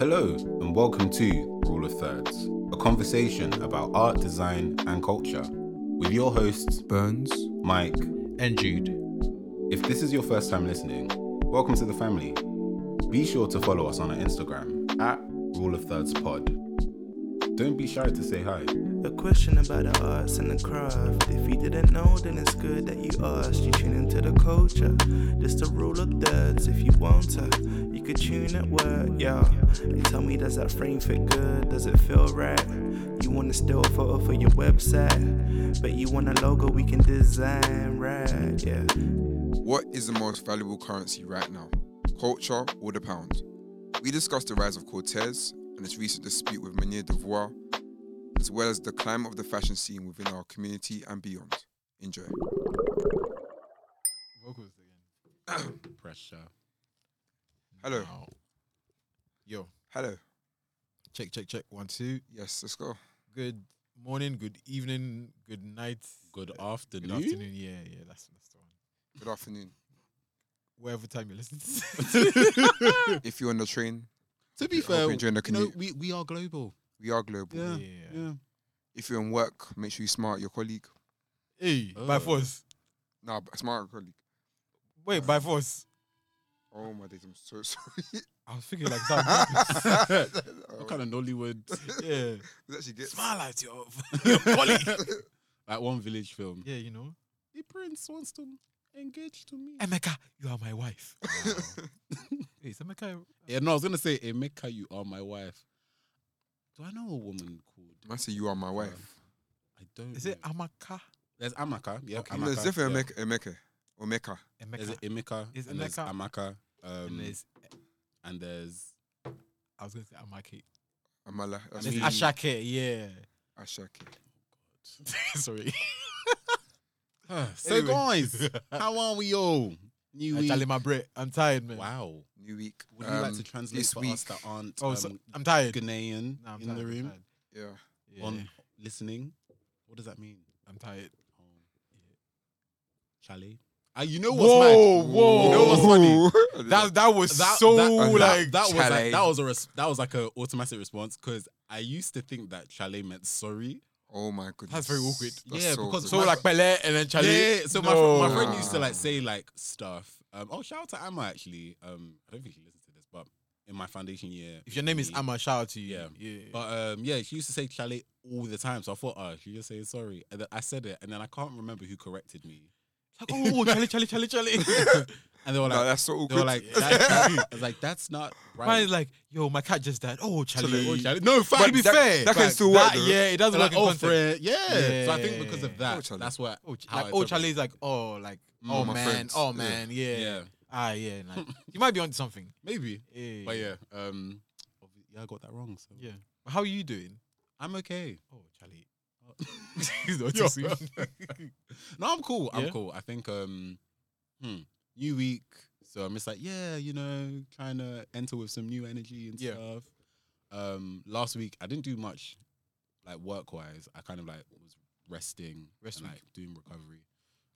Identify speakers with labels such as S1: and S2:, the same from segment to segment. S1: Hello, and welcome to Rule of Thirds, a conversation about art, design, and culture with your hosts,
S2: Burns
S1: Mike.
S2: and Jude.
S1: If this is your first time listening, welcome to the family. Be sure to follow us on our Instagram at Rule of Thirds Pod. Don't be shy to say hi.
S3: A question about the arts and the craft. If you didn't know, then it's good that you asked. You tune into the culture. Just the rule of thirds. If you want to, you could tune at work, yeah. And tell me, does that frame fit good? Does it feel right? You want to steal a photo for your website, but you want a logo we can design, right? Yeah.
S4: What is the most valuable currency right now, culture or the pound? We discussed the rise of Cortez and its recent dispute with Menier Devoir, as well as the climb of the fashion scene within our community and beyond. Enjoy.
S2: Vocals again. Pressure.
S4: Hello.
S2: Now. Yo,
S4: Hello.
S2: check, check, check. One, two.
S4: Yes, let's go.
S2: Good morning, good evening, good night. Good afternoon. Good afternoon. Yeah, yeah, that's, that's the one.
S4: Good afternoon.
S2: Whatever time you listen to. this.
S4: If you're on the train,
S5: To
S4: I
S5: be
S4: hope you're
S5: fair,
S4: enjoying the
S5: you know,
S4: commute.
S5: we, we are global.
S4: we are global.
S5: Yeah,
S2: Yeah.
S5: yeah.
S4: If you're in work, make sure you smart your colleague.
S2: hey, by
S5: Oh.
S2: force.
S4: Nah, but smart your colleague.
S2: Wait, by force.
S4: Oh my days, I'm so sorry.
S2: I was thinking like that.
S5: What kind of Nollywood?
S2: yeah.
S4: Does actually get
S5: Smile at your, your colleague. like one village film.
S2: Yeah, you know.
S5: The prince wants to engage to me.
S2: Emeka, you are my wife. Wait, is Emeka?
S5: Yeah, no, I was gonna say Emeka, you are my wife. Do I know a woman called?
S4: I say you are my wife.
S5: I don't.
S2: Is it
S5: know.
S2: Amaka?
S5: There's Amaka? Yeah,
S2: Okay.
S5: Amaka.
S4: No, it's definitely
S5: yeah.
S4: Emeka. Emeka. Omeka.
S2: Emeka.
S5: There's Emeka.
S2: It's
S5: and there's Amaka.
S2: and
S5: Um,
S2: there's,
S5: and there's
S2: I was going to say Amake.
S4: Amala.
S2: And
S4: That's
S2: there's
S4: me.
S2: Ashake, yeah.
S4: Ashake.
S2: Sorry.
S5: so
S2: Anyway.
S5: guys,
S2: Uh,
S5: how are we all? New
S2: Actually,
S5: week.
S2: my break. I'm tired, man.
S5: Wow.
S4: New week.
S5: Would you like
S4: Um,
S5: to translate
S4: this
S5: for
S4: week-
S5: us that aren't
S2: Oh,
S5: um,
S2: so, I'm tired.
S5: Ghanaian
S2: Nah, I'm
S5: in
S2: tired,
S5: the
S2: I'm
S5: room
S2: tired.
S4: Yeah.
S2: Yeah,
S5: on listening? What does that mean?
S2: I'm tired.
S5: Oh. Chalet? Ah, you know what's
S2: Whoa,
S5: mad?
S2: whoa.
S5: You know what's funny?
S2: That that uh, was so like
S5: that, that was
S4: chalet.
S5: like, that was a res- that was like a automatic response because I used to think that chalet meant sorry.
S4: oh my goodness.
S2: That's very awkward.
S5: Yeah, because
S4: awkward.
S2: so like Pele and then Charlie.
S5: Yeah, so my, fr- my
S2: No.
S5: friend used to like say like stuff. Um, oh, shout out to Amma actually. Um, I don't think she listens to this, but in my foundation year,
S2: If your name is
S5: we-
S2: Amma, shout out to you.
S5: Yeah.
S2: yeah.
S5: But um, yeah, she used to say chalet all the time. So I thought, oh, she just saying sorry. And then I said it, and then I can't remember who corrected me.
S2: Like, oh, Charlie, Charlie, Charlie, Charlie.
S5: And they were
S4: no,
S5: like,
S4: that's so
S5: they
S4: awkward.
S5: were like, that's, I was like, that's not right.
S2: Mine's like, yo, my cat just died. Oh, Charlie.
S5: Oh, chalet. No, fact.
S2: to be
S4: that-
S2: fair,
S4: that can
S2: like,
S4: still work,
S2: that-
S4: though.
S2: Yeah, it doesn't
S5: Like,
S2: work in
S5: oh,
S2: context.
S5: friend. Yeah. So I
S2: Yeah.
S5: think because of
S4: Oh,
S5: that,
S4: chalet.
S5: that's what.
S2: Oh, ch-
S5: how I
S2: like, oh,
S5: interpret-
S2: Charlie's like, oh, like,
S5: Mm,
S2: oh
S4: my
S2: man,
S4: friends.
S2: oh
S4: Yeah.
S2: man, yeah.
S5: Yeah.
S2: ah, yeah. Nah. you might be onto something.
S5: Maybe.
S2: Yeah.
S5: But yeah, um, obvi- yeah, I got that wrong. So
S2: yeah. But How are you doing?
S5: I'm okay.
S2: Oh, Charlie.
S5: Yo. no, I'm cool. I'm
S2: Yeah?
S5: cool. I think um hmm, new week. So I'm just like, yeah, you know, trying to enter with some new energy and
S2: Yeah.
S5: stuff. Um last week I didn't do much like work wise. I kind of like was resting
S2: Rest
S5: and
S2: week.
S5: like doing recovery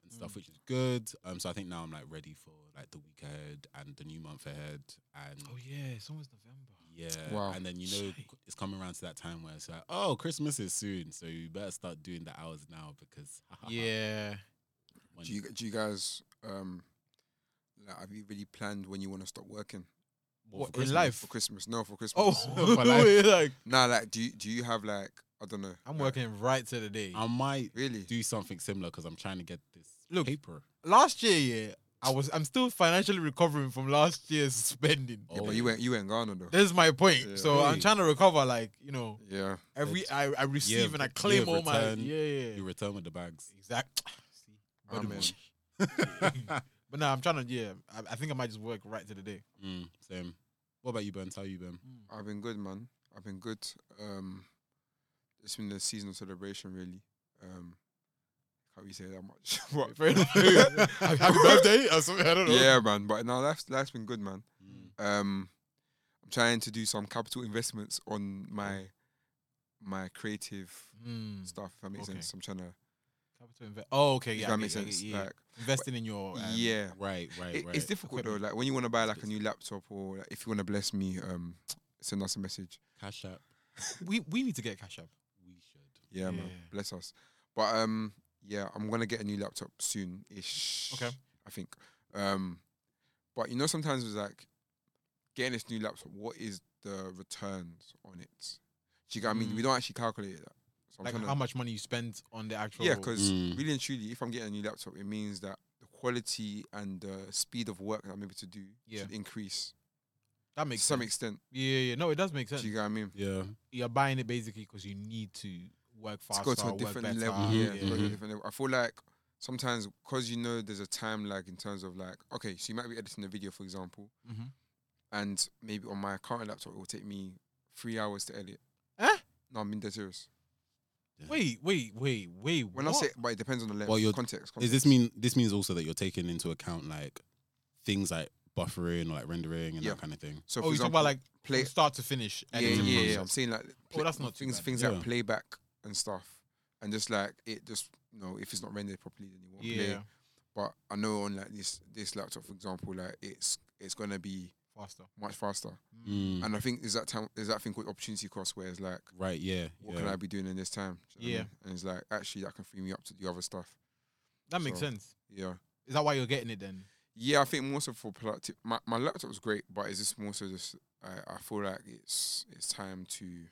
S5: and stuff,
S2: Mm.
S5: which is good. Um so I think now I'm like ready for like the week ahead and the new month ahead and
S2: Oh yeah, it's almost November.
S5: yeah,
S4: Wow.
S5: and then you know
S2: Shite.
S5: it's coming around to that time where it's like, oh, Christmas is soon, so you better start doing the hours now because
S2: Yeah.
S5: when-
S4: do you do you guys um like have you really planned when you want to stop working
S5: Well, for
S2: What, in
S5: Christmas.
S2: life?
S4: for Christmas? No, for Christmas.
S2: Oh,
S5: My life.
S2: we're like
S4: nah. Like, do you do you have like I don't know?
S2: I'm
S4: like,
S2: working right to the day.
S5: I might
S4: Really?
S5: do something similar because I'm trying to get this
S2: Look.
S5: paper.
S2: last year, yeah, I was. I'm still financially recovering from last year's spending.
S4: Yeah,
S5: Oh.
S4: but you went you went Ghana though.
S2: This is my point.
S4: Yeah.
S2: So I'm
S5: Hey.
S2: trying to recover. Like you know,
S4: Yeah.
S2: every I, I receive
S5: of-
S2: and I
S5: year
S2: claim
S5: of
S2: all my
S5: return,
S2: yeah, yeah.
S5: You return with the bags.
S2: Exact.
S4: Ah, man.
S2: but now I'm trying to. Yeah, I, I think I might just work right to the day.
S5: Mm, same. What about you, Ben? How you, Ben?
S4: I've been good, man. I've been good. Um, it's been the season of celebration, really. Um, can't really say that much. but-
S2: Fair enough.
S4: Mm.
S2: Happy birthday! or something, I don't know.
S4: yeah, man. But no, life's life's been good, man.
S5: Mm.
S4: um I'm trying to do some capital investments on my my creative
S2: Mm.
S4: stuff if that makes
S2: Okay.
S4: sense. I'm trying to
S2: Capital inve- Oh, okay.
S4: if
S2: Yeah, I
S4: that
S2: get
S4: makes
S2: you, I get
S4: sense.
S2: you, yeah.
S4: Like
S2: Investing in your um,
S4: yeah.
S5: Right, right,
S4: It-
S5: right.
S4: It's difficult though. Like when you want to buy like a new laptop or like, if you want to bless me, um send us a message.
S5: Cash App.
S2: we we need to get Cash App.
S5: We should.
S4: Yeah, man,
S2: Yeah.
S4: bless us. But um, yeah, I'm gonna get a new laptop soon ish.
S2: Okay.
S4: I think. Um, but you know, sometimes it's like getting this new laptop. What is the returns on it? Do you get what I mean?
S2: Mm.
S4: We don't actually calculate that. So I'm
S2: Like
S4: trying to-
S2: how much money you spend on the actual.
S4: Yeah, because
S5: Mm.
S4: really and truly, if I'm getting a new laptop, it means that the quality and the speed of work that I'm able to do
S2: Yeah.
S4: should increase
S2: that makes
S4: to some
S2: sense.
S4: extent.
S2: Yeah, yeah, yeah. no, it does make
S4: Do
S2: sense.
S4: you get what I mean?
S5: Yeah.
S2: You're buying it basically because you need to work
S4: To
S2: faster,
S4: go to a
S2: work
S4: different
S2: better,
S4: level.
S5: Mhm,
S4: Yeah, to go to a
S5: mhm.
S4: different level. I feel like sometimes because you know there's a time lag in terms of like, okay, so you might be editing a video, for example,
S2: Mhm.
S4: and maybe on my current laptop it will take me three hours to edit.
S2: Eh?
S4: No, I'm being dead serious.
S2: Wait, wait, wait, wait.
S4: When I
S2: what?
S4: say, but it depends on the length,
S5: Well, you're-
S4: context,
S5: Is
S4: context.
S5: this mean this means also that you're taking into account like things like buffering or like rendering and
S4: Yeah.
S5: that kind of thing?
S4: So, for
S2: oh, you talk
S4: example,
S2: about like
S4: play,
S2: from start to finish.
S4: yeah,
S2: editing
S4: yeah, yeah. I'm
S2: process.
S4: saying like
S2: Oh, that's not too
S4: things
S2: bad.
S4: things
S5: Yeah.
S4: like playback and stuff, and just like it just you know if it's not rendered properly, then it won't
S2: Yeah,
S4: play. But I know on like this this laptop, for example, like it's it's gonna be
S2: faster.
S4: much faster,
S5: Mm.
S4: and I think there's that time there's that thing called opportunity cost, where it's like
S5: Right, yeah.
S4: what
S5: yeah.
S4: can I be doing in this time? Do you know what I
S2: Yeah.
S4: mean? and it's like actually that can free me up to do other stuff.
S2: That makes
S4: So-
S2: sense.
S4: Yeah.
S2: Is that why you're getting it then?
S4: Yeah, I think more so for productive. My my laptop's great, but it's just more so just I, I feel like it's it's time to.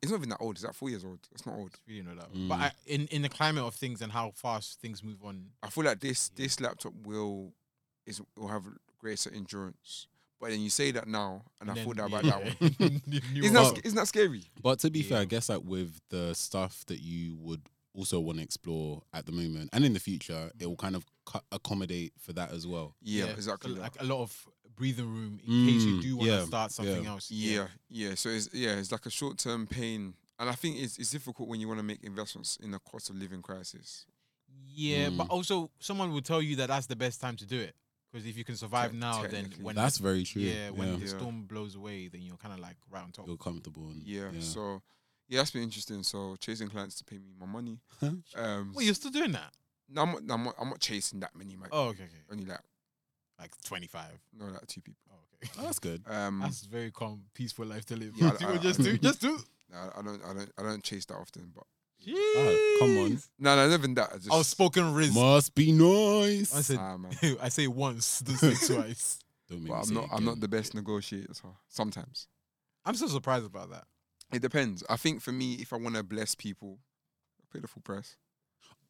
S4: It's not even that old. Is that four years old? That's not old.
S2: It's really not that.
S5: Mm.
S2: But I, in in the climate of things and how fast things move on,
S4: I feel like this
S2: Yeah.
S4: this laptop will is will have greater endurance. But then you say that now, and, I thought that about that one. Isn't that,
S5: Well-
S4: sc- isn't that scary?
S5: But to be fair,
S2: Yeah.
S5: I guess like with the stuff that you would also want to explore at the moment and in the future, it will kind of cu- accommodate for that as well.
S4: Yeah,
S2: so,
S4: exactly. that.
S2: like a lot of breathing room in case you
S5: Mm,
S2: do want to
S5: yeah,
S2: start something else.
S4: yeah, yeah. So it's yeah, it's like a short term pain, and I think it's it's difficult when you want to make investments in a cost of living crisis.
S2: Yeah, but
S5: Mm.
S2: also someone will tell you that that's the best time to do it because if you can survive
S4: Te-
S2: now, then
S4: technically.
S2: when
S5: That's very true.
S2: yeah, when the
S4: Yeah.
S2: storm blows away, then you're kind of like right on top.
S5: you're comfortable.
S2: Mm,
S5: And,
S4: Yeah. So yeah, that's been interesting. So chasing clients to pay me my money. um,
S2: Well, you're still doing that.
S4: no, I'm not, no, I'm not, I'm not chasing that many, mate.
S2: Oh, okay, okay.
S4: Only like
S2: Like 25.
S4: no, like two people.
S2: Oh, okay.
S5: Oh, that's good.
S4: Um,
S2: That's very calm, peaceful life to live.
S4: Yeah,
S2: do,
S4: I- I-
S2: just do, just do.
S4: no, I don't, I don't, I don't chase that often. But
S5: Ah, come on.
S2: Jeez.
S4: no, no, not even that. I just,
S2: I was spoken riz.
S5: Must be nice.
S2: I said,
S4: Ah, man.
S2: I say once, don't say twice.
S5: Don't
S4: But
S5: me
S4: I'm
S5: say
S4: not.
S5: it
S4: I'm not
S5: again.
S4: the best negotiator. so Sometimes
S2: I'm so surprised about that.
S4: it depends. I think for me, if I want to bless people, I pay the full price.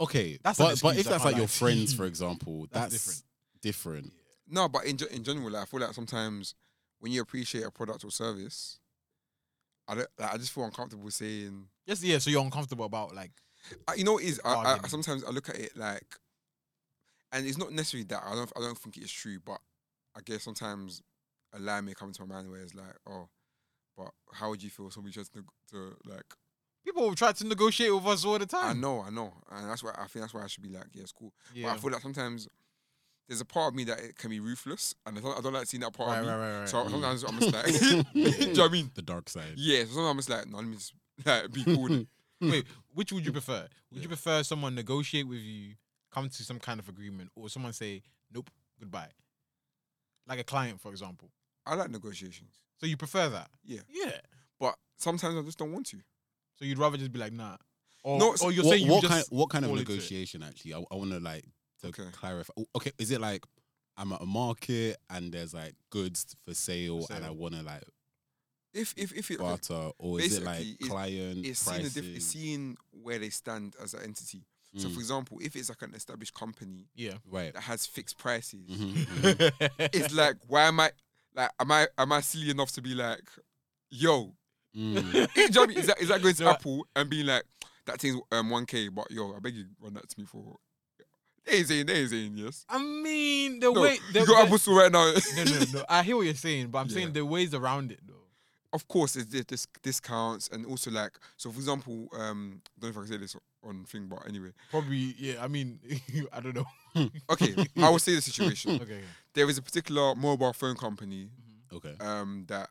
S5: Okay,
S2: That's an
S5: but but
S2: excuse,
S5: if
S2: I
S5: that's
S2: can't
S5: like your
S2: lie.
S5: friends, for example,
S2: That's
S5: that's, different.
S4: No, but in ge- in general, like, I feel like sometimes when you appreciate a product or service, I don't. Like, I just feel uncomfortable saying.
S2: Yes, yeah. So you're uncomfortable about like,
S4: I, you know, what it is I, I
S2: Bargaining.
S4: sometimes I look at it like, and it's not necessarily that I don't. I don't think it's true, but I guess sometimes a line may come to my mind where it's like, oh, but how would you feel if somebody tries to, to like
S2: people will try to negotiate with us all the
S4: I
S2: time.
S4: know, I know, and that's why I think that's why I should be like, yeah, it's cool.
S2: Yeah.
S4: But I feel like sometimes there's a part of me that it can be ruthless, and I don't, I don't like seeing that part
S2: right,
S4: of me.
S2: right, right, right.
S4: So sometimes I'm just like, do you know what I mean?
S5: The dark side.
S4: Yeah. So sometimes I'm just like, no, let me just like be cool. with it.
S2: Wait, which would you
S4: Hmm.
S2: prefer? Would you prefer someone negotiate with you, come to some kind of agreement, or someone say, nope, goodbye? Like a client, for example.
S4: I like negotiations,
S2: So you prefer that?
S4: Yeah.
S2: Yeah.
S4: but sometimes I just don't want to.
S2: So you'd rather just be like, nah. Or,
S4: No, so
S2: or you're
S5: what,
S2: saying you
S5: what
S2: just.
S5: kind what kind of
S2: fall into it.
S5: negotiation actually? I, I want to like to
S4: Okay.
S5: clarify. O- Okay, is it like I'm at a market and there's like goods for sale,
S2: For
S5: and I
S2: sale.
S5: want to like
S4: If if if it,
S5: barter, or is it like
S4: basically, it's-
S5: client
S4: it's seeing the
S5: prices?
S4: diff- it's seeing where they stand as an entity. So
S5: Mm.
S4: for example, if it's like an established company
S2: yeah.
S5: right.
S4: that has fixed prices,
S2: Mm-hmm.
S5: Mhm, mhm.
S4: it's like why am I like am I am I silly enough to be like, yo,
S5: Mm.
S4: Do you know what I mean? Is that, is that going to
S2: No, I-
S4: Apple and being like, that thing's um, 1K, but yo, I beg you, run that to me for. They ain't saying, they ain't saying yes.
S2: I mean, the
S4: No,
S2: way. The,
S4: you got
S2: the-
S4: Apple Store right now.
S2: no, no, no. I hear what you're saying, but I'm
S4: Yeah.
S2: saying the ways around it, though.
S4: of course, there's this, this discounts and also like, so for example, um, don't know if I can say this on thing, but anyway.
S2: Probably, yeah. I mean, I don't know.
S4: Okay, I will say the situation.
S2: Okay. okay.
S4: There is a particular mobile phone company
S5: Okay.
S4: um, that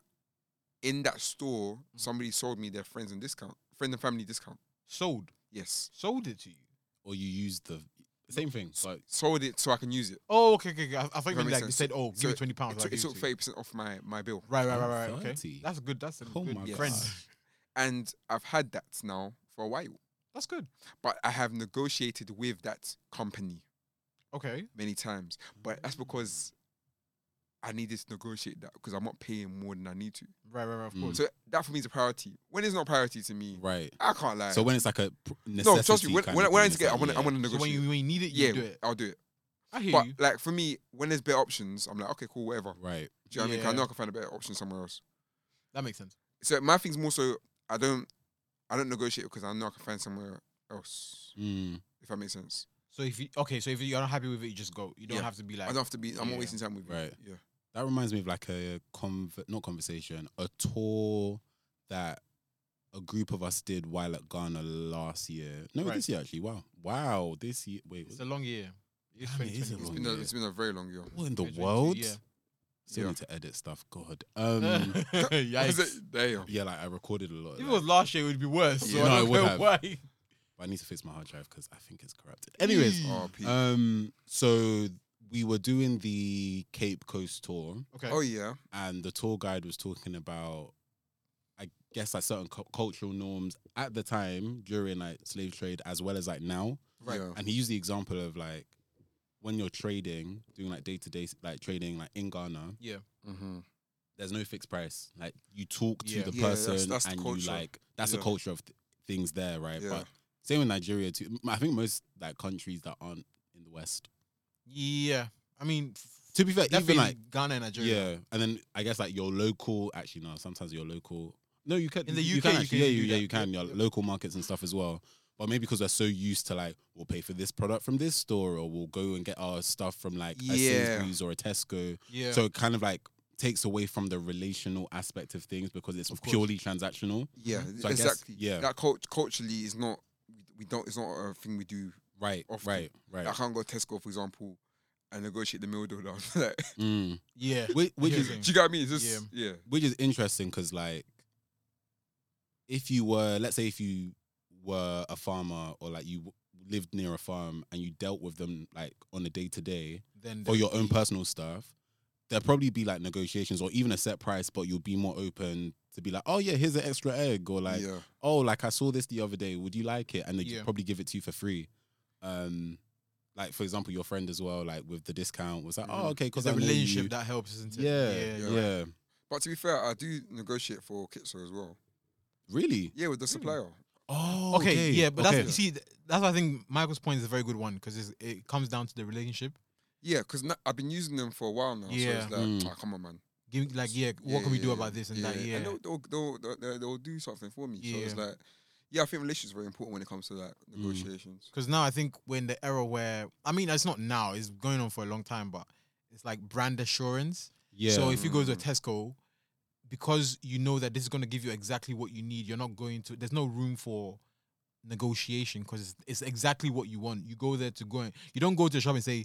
S4: in that store, somebody sold me their friends and discount, friend and family discount.
S2: Sold.
S4: Yes.
S2: Sold it to you.
S5: Or you use the Same thing. Like
S4: sold it so I can use it.
S2: Oh, okay, okay. okay. I, I thought you
S4: That
S2: meant
S4: makes
S2: like they
S4: sense.
S2: said, "Oh, give
S4: So
S2: me twenty pounds."
S4: It took, it took 30% off my, my bill.
S2: Right, right, right, right. right, Okay,
S5: 30.
S2: that's good. That's a
S5: Oh
S2: good
S5: my
S2: friend.
S5: God.
S4: And I've had that now for a while.
S2: That's good.
S4: But I have negotiated with that company
S2: Okay.
S4: many times. But that's because I needed to negotiate that because I'm not paying more than I need to.
S2: Right, right, right. Of
S5: Mm.
S2: course.
S4: So that for me is a priority. When it's not a priority to me,
S5: right.
S4: I can't lie.
S5: So when it's like a pr- necessity
S4: no, trust me. When,
S5: kind
S4: when,
S5: of
S4: when I
S5: thing,
S4: need to
S5: it's
S4: get, I
S5: like,
S4: want to, I
S5: yeah.
S4: want to
S2: So when
S4: negotiate.
S2: you when you need it, you
S4: yeah,
S2: do it.
S4: I'll do it.
S2: I hear
S4: But
S2: you.
S4: like for me, when there's better options, I'm like, okay, cool, whatever.
S5: Right.
S4: Do you know what I mean? 'Cause
S2: Yeah.
S4: I know I can find a better option somewhere else.
S2: That makes sense.
S4: So my thing's more so I don't, I don't negotiate because I know I can find somewhere else.
S5: Mm.
S4: If that makes sense,
S2: So if you okay, so if you're not happy with it, you just go. You don't
S4: Yeah.
S2: have to be
S4: I
S2: like.
S4: don't have to be. I'm
S2: yeah.
S4: not wasting time with you.
S5: Right.
S4: Yeah.
S5: That reminds me of like a conver- not conversation, a tour that a group of us did while at Ghana last year. No,
S2: Right.
S5: this year actually. Wow. Wow. This year. Wait.
S2: It's
S5: was-
S2: a long year. It's
S5: Damn, it is a
S4: It's
S2: 2020.
S4: been, a,
S5: yeah.
S4: it's been a very long year.
S5: What in the
S2: 2022,
S5: world?
S2: yeah.
S5: Still
S4: Yeah.
S5: need to edit stuff. God. Um.
S4: Was
S2: Yikes.
S4: it- Damn.
S5: yeah, like I recorded a lot. of
S2: If it
S5: that,
S2: was last year, it would be worse. So
S5: Yeah. No,
S2: I don't
S5: it would
S2: know
S5: have.
S2: why.
S5: but I need to fix my hard drive because I think it's corrupted. Anyways,
S4: Oh, Pete.
S2: Uh,
S5: um, so we were doing the Cape Coast tour,
S2: Okay.
S4: oh yeah.
S5: and the tour guide was talking about, I guess, like certain cu- cultural norms at the time during like slave trade as well as like now.
S4: Right.
S5: And he used the example of like when you're trading, doing like day to day like trading like in Ghana,
S4: Mm-hmm.
S5: there's no fixed price. Like you talk to
S2: Yeah.
S5: the
S4: Yeah, that's-
S5: person
S4: that's the
S5: and you
S4: culture.
S5: like that's a
S4: Yeah.
S5: culture of th- things there, right?
S4: Yeah.
S5: But same with Nigeria too. M- I think most like countries that aren't in the West.
S2: Yeah. I mean,
S5: To be fair,
S2: definitely
S5: even like
S2: Ghana and Nigeria.
S5: yeah, and then I guess like your local actually no, sometimes your local. No, you can
S2: In the
S5: you
S2: UK,
S5: can
S2: you
S5: actually,
S2: can
S5: yeah, you,
S2: do
S5: yeah,
S2: that.
S5: you can
S2: Yeah,
S5: your
S2: yeah.
S5: local markets and stuff as well. But maybe because we're so used to like we'll pay for this product from this store or we'll go and get our stuff from like a
S4: Yeah.
S5: Sainsbury's or a Tesco.
S2: Yeah.
S5: So it kind of like takes away from the relational aspect of things because it's
S2: Of course.
S5: purely transactional.
S4: Yeah.
S5: So I guess-
S4: exactly.
S5: yeah.
S4: That cult- culturally is not. We don't. It's not a thing we do.
S5: Right,
S4: Often.
S5: right, right.
S4: I can't go to Tesco, for example, and negotiate the meal deal down. like,
S5: Mm.
S2: yeah.
S5: Which, which
S2: Yeah.
S5: is
S4: do you get what I mean? It's just,
S2: Yeah.
S4: yeah.
S5: which is interesting because like if you were let's say if you were a farmer or like you w- lived near a farm and you dealt with them like on a day to day
S2: Then
S5: for your own personal stuff there'd probably be like negotiations or even a set price but you'll be more open to be like oh yeah here's an extra egg or like
S4: yeah.
S5: oh like i saw this the other day would you like it and they
S2: Yeah.
S5: would probably give it to you for free um like for example your friend as well like with the discount was like oh
S4: Mhm.
S5: okay because
S2: Because the Mm. relationship that helps, isn't it?
S5: yeah
S2: Yeah.
S5: yeah,
S4: yeah. But to be fair, I do negotiate for Kitso as well.
S5: really
S4: Yeah, with the supplier.
S5: Oh,
S2: Okay, yeah, but
S5: okay.
S2: that's you see, th- that's why I think Michael's point is a very good one because it comes down to the relationship.
S4: Yeah, because I've been using them for a while now.
S2: Yeah.
S4: So it's like,
S5: Mm.
S4: "Ah, come on, man.
S2: Give like, yeah, what
S4: Yeah,
S2: can we
S4: yeah,
S2: do
S4: yeah,
S2: about this and that? Yeah,
S4: And they'll, they'll, they'll, they'll- they'll, they'll do something for me. So it's
S2: Yeah. Mm.
S4: like, yeah, I think relationships are very important when it comes to like negotiations.
S2: Because now I think we're in the era where I mean it's not now; it's going on for a long time, but it's like brand assurance.
S5: yeah.
S2: So if you go to a
S4: Mm.
S2: Tesco, because you know that this is going to give you exactly what you need, you're not going to. There's no room for negotiation because it's, it's exactly what you want. You go there to go and you don't go to a shop and say,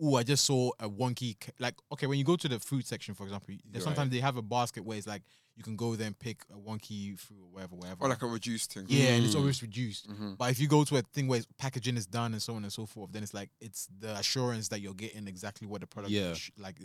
S2: "Oh, I just saw a wonky c-" like." Okay, when you go to the food section, for example,
S4: Right.
S2: there's sometimes they have a basket where it's like you can go there and pick a wonky fruit or whatever, whatever.
S4: Or like a reduced thing.
S2: yeah, and it's
S5: Mm.
S2: always reduced.
S4: hmm
S2: But if you go to a thing where it's packaging is done and so on and so forth, then it's like it's the assurance that you're getting exactly what the product
S5: Yeah.
S2: sh- like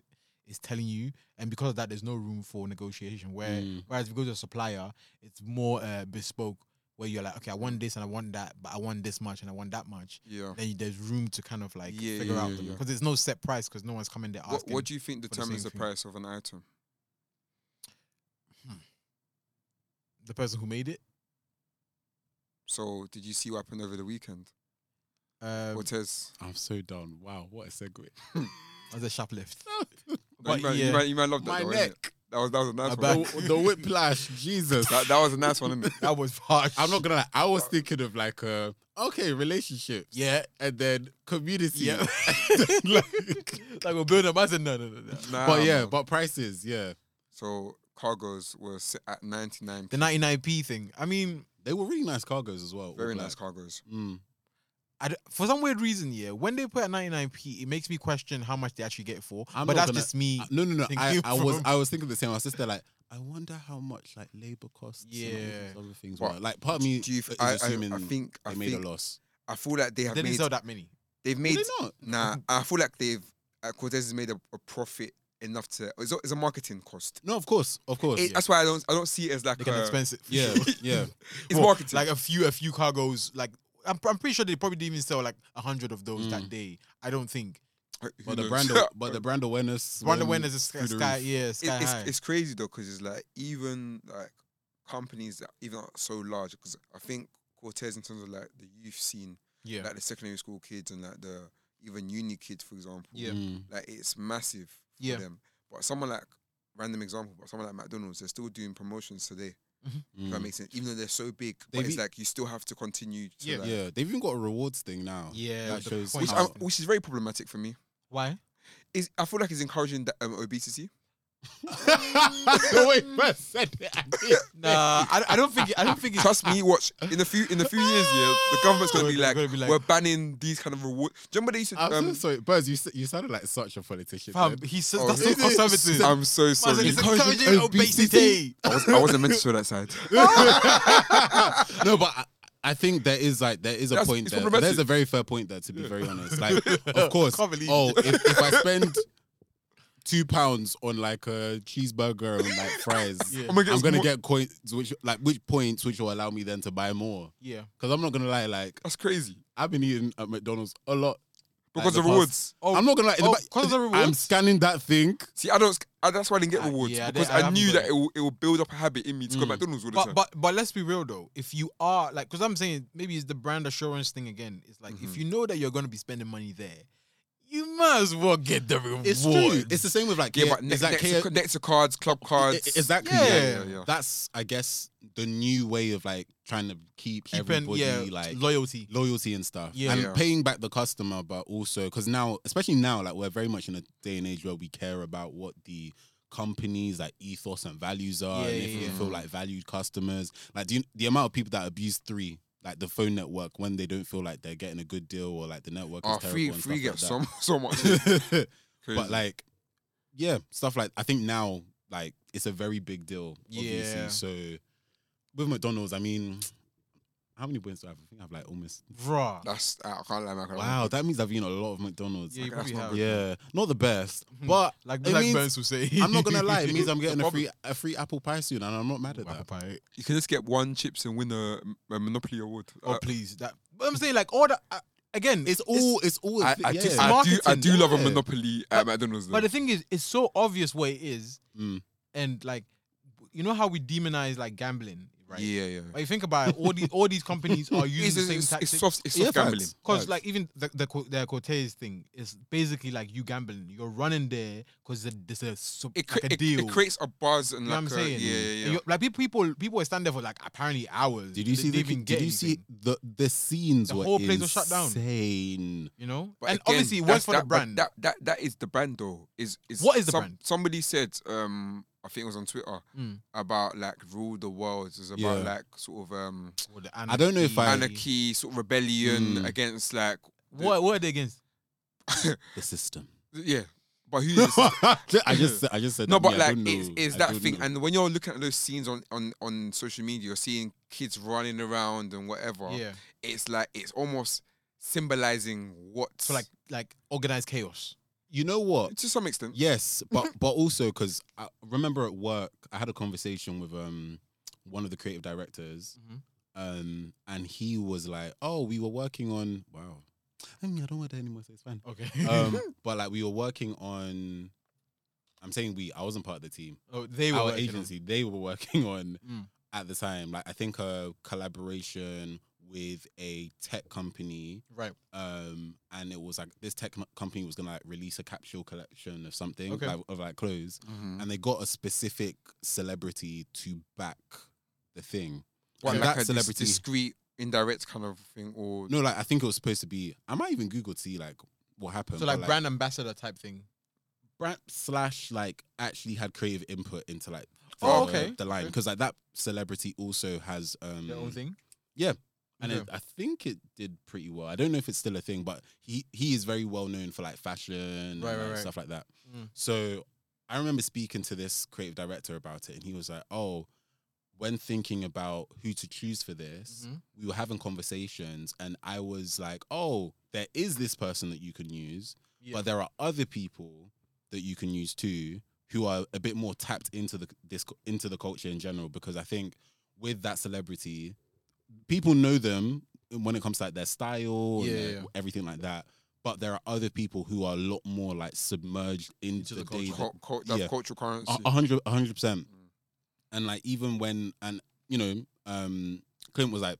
S2: is telling you, and because of that, there's no room for negotiation. Where
S5: Mm.
S2: whereas if you go to a supplier, it's more uh, bespoke, where you're like, okay, I
S5: Mm.
S2: want this and I want that, but I want this much and I want that much.
S4: Yeah.
S2: Then there's room to kind of like
S4: Yeah,
S2: figure
S5: yeah,
S2: out
S5: yeah,
S2: because
S5: yeah.
S2: there's no set price because no one's coming there
S4: What,
S2: asking.
S4: what do you think
S2: the
S4: determines
S2: same
S4: the,
S2: thing.
S4: price of an item?
S2: the person who made it.
S4: So did you see what happened over the weekend?
S2: Um,
S4: Cortez.
S5: I'm so done. Wow, what a segue.
S2: as a shoplift,
S4: No,
S2: but
S4: you, might, you,
S2: yeah.
S4: might, you might love that.
S5: My
S4: though, innit?
S5: neck.
S4: That was, that was a nice
S2: My
S4: one.
S2: back.
S5: The, the whiplash, Jesus.
S4: That, that was a nice one, is
S2: that was harsh.
S5: I'm not gonna lie. I was thinking of like uh okay, relationships.
S2: Yeah,
S5: And then community.
S2: Yeah.
S5: Like-
S2: like we're building up. I said no, no, no, no.
S5: but yeah,
S4: Um,
S5: but prices, yeah.
S4: So cargoes were set at 99.
S2: The 99p thing. I mean,
S5: They were really nice cargoes as well. all
S4: Very
S5: black.
S4: nice cargoes.
S5: Mm.
S2: I d for some weird reason, yeah, when they put at 99p, it makes me question how much they actually get it for.
S5: I'm
S2: but
S5: not
S2: that's
S5: gonna-
S2: just me.
S5: Uh, No, no, no. I,
S2: Thinking
S5: I was
S2: from-
S5: I was thinking the same. I was just there like, I wonder how much like labor costs.
S2: Yeah.
S5: And all these other things.
S4: But
S5: were. Like part of me
S4: Do you?
S5: is
S4: I, I,
S5: assuming
S4: I think I
S5: they made
S4: think
S5: a loss.
S4: I feel like they
S2: they
S4: have
S2: didn't
S4: made
S2: sell that many.
S4: They've
S5: Did
S4: made
S5: they not?
S4: nah. I feel like they've uh, Cortez has made a, a profit enough to. It's a, it's a marketing cost.
S5: No, of course, of course.
S4: It- That's why I don't I don't see it as like
S2: They
S4: a,
S2: can expense it. for
S5: yeah,
S2: sure.
S5: yeah.
S4: it's
S2: Well,
S4: marketing.
S2: Like a few, a few cargos. Like I'm, I'm pretty sure they probably didn't even sell like a hundred of those that day. I don't think.
S4: Who
S5: But the
S4: knows?
S5: brand,
S4: It-
S5: but the brand awareness.
S2: Wonder
S5: went
S2: when is a sky,
S5: through the
S2: sky
S5: roof.
S2: yeah, sky
S4: it's,
S2: high.
S4: it's crazy though because it's like even like companies that even are so large because I think Cortez in terms of like the youth scene,
S2: yeah,
S4: like the secondary school kids and like the even uni kids for example,
S2: Yeah.
S5: Mm.
S4: like it's massive for
S2: Yeah.
S4: them. But someone like random example, but someone like McDonald's, they're still doing promotions today. If that
S5: Mm.
S4: makes sense, even though they're so big,
S5: They've
S4: but it's
S5: e-
S4: like you still have to continue. To
S2: Yeah.
S4: like,
S5: yeah, they've even got a rewards thing now.
S2: yeah.
S5: that
S2: the
S5: shows
S2: point
S4: Which,
S5: how-
S4: i
S2: is-
S4: which is very problematic for me.
S2: why?
S4: Is I feel like it's encouraging that, um, obesity.
S5: the way Wes said it. I did.
S2: Nah, I, I don't think I don't think it's
S4: Trust me, watch in a few in a few years, yeah, the government's gonna be
S2: We're
S4: like,
S2: gonna be like-
S4: we're banning these kind of rewards. Do you remember they used to?
S5: I'm so
S4: Um,
S5: sorry, Burz. You s- you sounded like such a politician.
S2: Fam,
S5: then.
S2: he says
S4: Oh,
S2: that's so
S4: really?
S2: conservative.
S4: I'm so
S2: Man said
S4: sorry.
S2: it's
S5: Encouraging
S2: encouraging obesity.
S5: obesity.
S4: I, was, I wasn't meant to show that side.
S5: no, but I, I think there is like there is a
S4: That's-
S5: point
S4: it's
S5: there.
S4: problematic.
S5: There's a very fair point there. To be very honest, like of course,
S2: Can't believe
S5: oh, if, if I spend two pounds on like a cheeseburger and like fries,
S2: Yeah.
S4: Oh my God,
S5: I'm
S4: it's
S5: gonna
S4: more-
S5: get coins, which like which points which will allow me then to buy more.
S2: Yeah.
S5: Because I'm not gonna lie, like
S4: That's crazy
S5: I've been eating at McDonald's a lot like,
S4: because
S5: the
S4: of
S5: past-
S4: rewards.
S2: Oh,
S5: I'm not gonna lie. in the
S2: oh,
S5: back-
S2: 'cause of the
S5: I'm
S2: rewards?
S5: scanning that thing.
S4: See, I don't. sc- I, that's why I didn't get
S2: Ah,
S4: rewards
S2: yeah, I
S4: because
S2: didn't- I
S4: I,
S2: haven't
S4: knew
S2: got
S4: that
S2: it.
S4: it will, it will build up a habit in me to go
S5: Mm.
S4: McDonald's all the
S2: but
S4: time.
S2: but but let's be real though. If you are like, because I'm saying maybe it's the brand assurance thing again. It's like if
S4: Mhm.
S5: Mm-hmm.
S2: you know that you're gonna be spending money there, you might as well get the reward.
S5: It's true. It's the same with like
S4: yeah,
S5: K-
S4: but ne-
S5: is that
S4: next,
S5: K-
S4: to, co- next to cards, club cards.
S5: I- exactly.
S2: Yeah.
S5: yeah.
S4: Yeah, yeah, yeah.
S5: That's I guess the new way of like trying to keep,
S2: keeping
S5: everybody
S2: yeah
S5: like
S2: loyalty.
S5: loyalty and stuff.
S2: Yeah.
S5: And
S4: Yeah.
S5: paying back the customer, but also because now, especially now, like we're very much in a day and age where we care about what the companies like ethos and values are
S2: Yeah,
S5: and if
S2: yeah,
S5: we
S2: yeah.
S5: feel like valued customers. Like do you, the amount of people that abuse three, like the phone network when they don't feel like they're getting a good deal or like the network is
S2: Ah,
S4: Oh,
S5: terrible.
S4: free
S5: and
S4: free gets
S5: stuff
S4: so so much.
S5: like that.
S4: Crazy.
S5: but like yeah stuff like i think now like it's a very big deal obviously
S2: Yeah.
S5: so with mcdonald's i mean how many points do i have i think i've like almost
S2: Bruh.
S4: that's I can't lie, man. I can't lie.
S5: wow that means i've eaten a lot of mcdonald's
S2: Yeah, you
S5: yeah,
S4: that's
S2: probably
S4: not
S2: have.
S4: good.
S5: not the best but
S2: like
S5: it
S2: Black
S5: means-
S2: Burns will say.
S5: i'm not gonna lie it means i'm
S2: The
S5: getting a
S2: problem-
S5: free a free apple pie soon and i'm not mad at
S2: Apple
S5: that
S2: pie.
S4: You can just get one chips and win a, a Monopoly award.
S2: Oh
S4: Uh,
S2: please, that. But I'm saying like all that. Uh, again,
S5: it's all it's all
S4: I, Uh, I,
S5: yeah.
S4: just, I do I
S2: Marketing,
S4: do love a
S5: yeah.
S4: Monopoly at McDonald's.
S2: But
S4: though.
S2: the thing is, it's so obvious what it is,
S5: Mm.
S2: and like, you know how we demonize like gambling, right?
S4: Yeah, yeah.
S2: But you think about it, all these all these companies are using
S4: It's,
S2: the same
S4: it's, it's
S2: tactics.
S4: soft, it's soft
S5: Yeah, facts.
S4: gambling.
S2: Because like even the the, Co- the Cortez thing is basically like you gambling. You're running there because there's a, sub-
S4: It, cre-
S2: like a
S4: it,
S2: deal.
S4: it creates a buzz and
S2: you know what
S4: like
S2: I'm
S4: a,
S2: saying?
S4: yeah,
S2: And
S4: yeah, yeah.
S2: you're- Like people, people, people were standing there for like apparently hours.
S5: did you
S2: They
S5: see the,
S2: didn't even
S5: did
S2: get
S5: you see
S2: anything,
S5: the the scenes
S2: The
S5: were
S2: whole place was shut down.
S5: insane
S2: You know,
S4: But
S2: and
S4: again,
S2: obviously it
S4: that's-
S2: works for the
S4: that- but
S2: brand.
S4: That that that is the brand though. Is is
S2: What is the brand?
S4: Somebody said, um, I think it was on Twitter
S2: Mm.
S4: about like rule the world. It's about
S5: Yeah.
S4: like sort of um
S2: Or the
S5: I don't know if I-
S4: anarchy, sort of rebellion
S2: Hmm.
S5: Mm.
S4: against like
S2: What what are they against?
S5: the system
S4: yeah. But who's
S5: I just I just said
S4: no,
S5: that.
S4: but
S5: Yeah, I
S4: like
S5: don't know.
S4: it's, it's
S5: I
S4: that
S5: don't
S4: thing,
S5: know.
S4: and when you're looking at those scenes on on on social media, you're seeing kids running around and whatever.
S2: Yeah,
S4: it's like it's almost symbolizing what
S2: so like like organized chaos.
S5: you know what?
S4: to some extent.
S5: Yes, but but also because I remember at work I had a conversation with um one of the creative directors,
S2: Mhm.
S5: um, and he was like, "Oh, we were working on wow." I mean, I don't want that anymore, so it's fine.
S2: Okay.
S5: Um, but like we were working on. I'm saying we. I wasn't part of the team.
S2: oh, they were
S5: Our
S2: working on-
S5: agency. They were working on
S2: Mm.
S5: at the time. Like I think a collaboration with a tech company
S2: right?
S5: um, and it was like this tech m- company was gonna like release a capsule collection of something
S2: Okay.
S5: like, of like clothes,
S4: Mhm.
S5: and they got a specific celebrity to back the thing.
S4: What,
S5: and
S4: like
S5: that
S4: a dis-
S5: celebrity,
S4: discreet, indirect kind of thing, or
S5: no, like I think it was supposed to be. I might even Google to see like what happened.
S2: So
S5: but,
S2: like brand ambassador type thing.
S5: brand slash like actually had creative input into like the,
S2: Oh, okay.
S5: the line
S2: Okay.
S5: because like that celebrity also has um
S2: Their own thing.
S5: and
S2: Okay.
S5: it, I think it did pretty well. I don't know if it's still a thing, but he he is very well known for like fashion and
S2: Right, right,
S5: like,
S2: right.
S5: stuff like that.
S2: Mm.
S5: So I remember speaking to this creative director about it, and he was like, "Oh, when thinking about who to choose for this,
S2: Mhm.
S5: we were having conversations, and I was like, "Oh, there is this person that you can use,
S2: Yeah.
S5: but there are other people that you can use too who are a bit more tapped into the this into the culture in general because I think with that celebrity, people know them when it comes to like their style and
S2: Yeah,
S5: their-
S2: yeah, yeah.
S5: everything like that. But there are other people who are a lot more like submerged into,
S2: Into
S5: the,
S2: the
S5: day
S2: culture.
S5: that,
S4: Cul- cul- that
S5: yeah.
S4: cultural currency.
S5: a a hundred, a hundred percent.
S4: Mm.
S5: And like even when and you know, um, Clint was like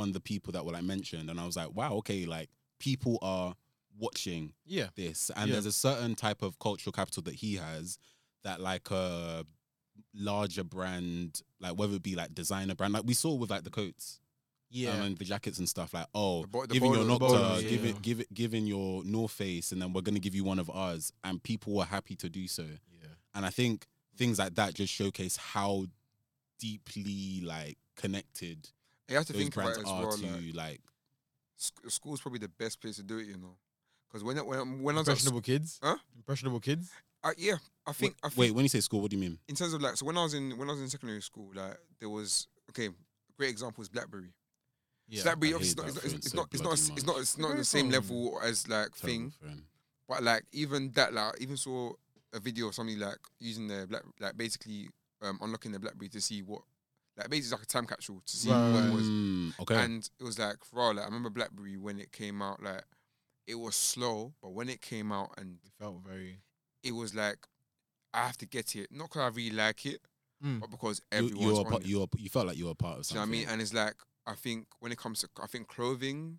S5: one of the people that were like mentioned, and I was like, wow, okay, like people are watching
S2: yeah.
S5: this and
S2: Yeah.
S5: there's a certain type of cultural capital that he has that like a larger brand like whether it be like designer brand like we saw with like the coats um,
S2: Yeah.
S5: and the jackets and stuff like oh
S4: The bo- the
S5: giving your
S4: bolos, the
S5: Nocta
S2: bolos, yeah.
S5: give it give it giving your North Face and then we're gonna give you one of ours and people were happy to do so
S2: yeah.
S5: and I think things like that just showcase how deeply like connected
S4: You have to
S5: those
S4: think about
S5: brands
S4: it as
S5: are
S4: well.
S5: to
S4: Like,
S5: like,
S4: sc- school's probably the best place to do it, you know, because when I- when I- when I was at,
S2: Impressionable kids.
S4: Huh?
S2: Impressionable kids.
S4: I, yeah, I think I think
S5: wait when you say school what do you mean
S4: in terms of like so when I was in when I was in secondary school, like there was okay, a great example is BlackBerry.
S2: Yeah.
S4: BlackBerry
S5: I
S4: obviously
S5: hate
S4: not,
S5: that
S4: it's,
S5: phone
S4: it's
S5: so
S4: not it's not it's
S5: bloody
S4: not it's not it's not on the same level as like
S5: Terrible
S4: thing,
S5: friend.
S4: but like even that like I even saw a video of somebody like using their black like basically um, unlocking their BlackBerry to see what like basically like a time capsule to see what it was.
S5: Mm, okay
S4: And it was like, raw, like, I remember BlackBerry when it came out, like, it was slow, but when it came out and
S2: It felt very.
S4: it was like, I have to get it, not because I really like it,
S2: Mm.
S4: but because
S5: you,
S4: everyone's
S5: you were
S4: on
S5: part,
S4: it.
S5: you were, you felt like you were part of
S4: Do you know
S5: something.
S4: what I mean? And it's like, I think when it comes to, I think clothing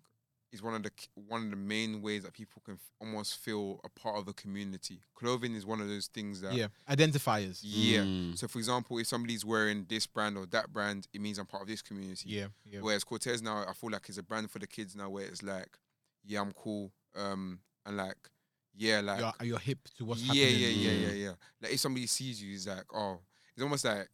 S4: is one of the one of the main ways that people can f- almost feel a part of a community. Clothing is one of those things that,
S2: Yeah. Identifiers.
S4: Uh, yeah.
S5: Mm.
S4: So for example, if somebody's wearing this brand or that brand, it means I'm part of this community.
S2: Yeah. Yeah.
S4: Whereas Cortez now, I feel like it's a brand for the kids now, where it's like, yeah, I'm cool, um, and like, yeah, like,
S2: You're, you're hip to what's
S4: yeah, yeah,
S2: happening.
S4: yeah, yeah,
S5: Mm.
S4: yeah, Like if somebody sees you, it's like, oh, it's almost like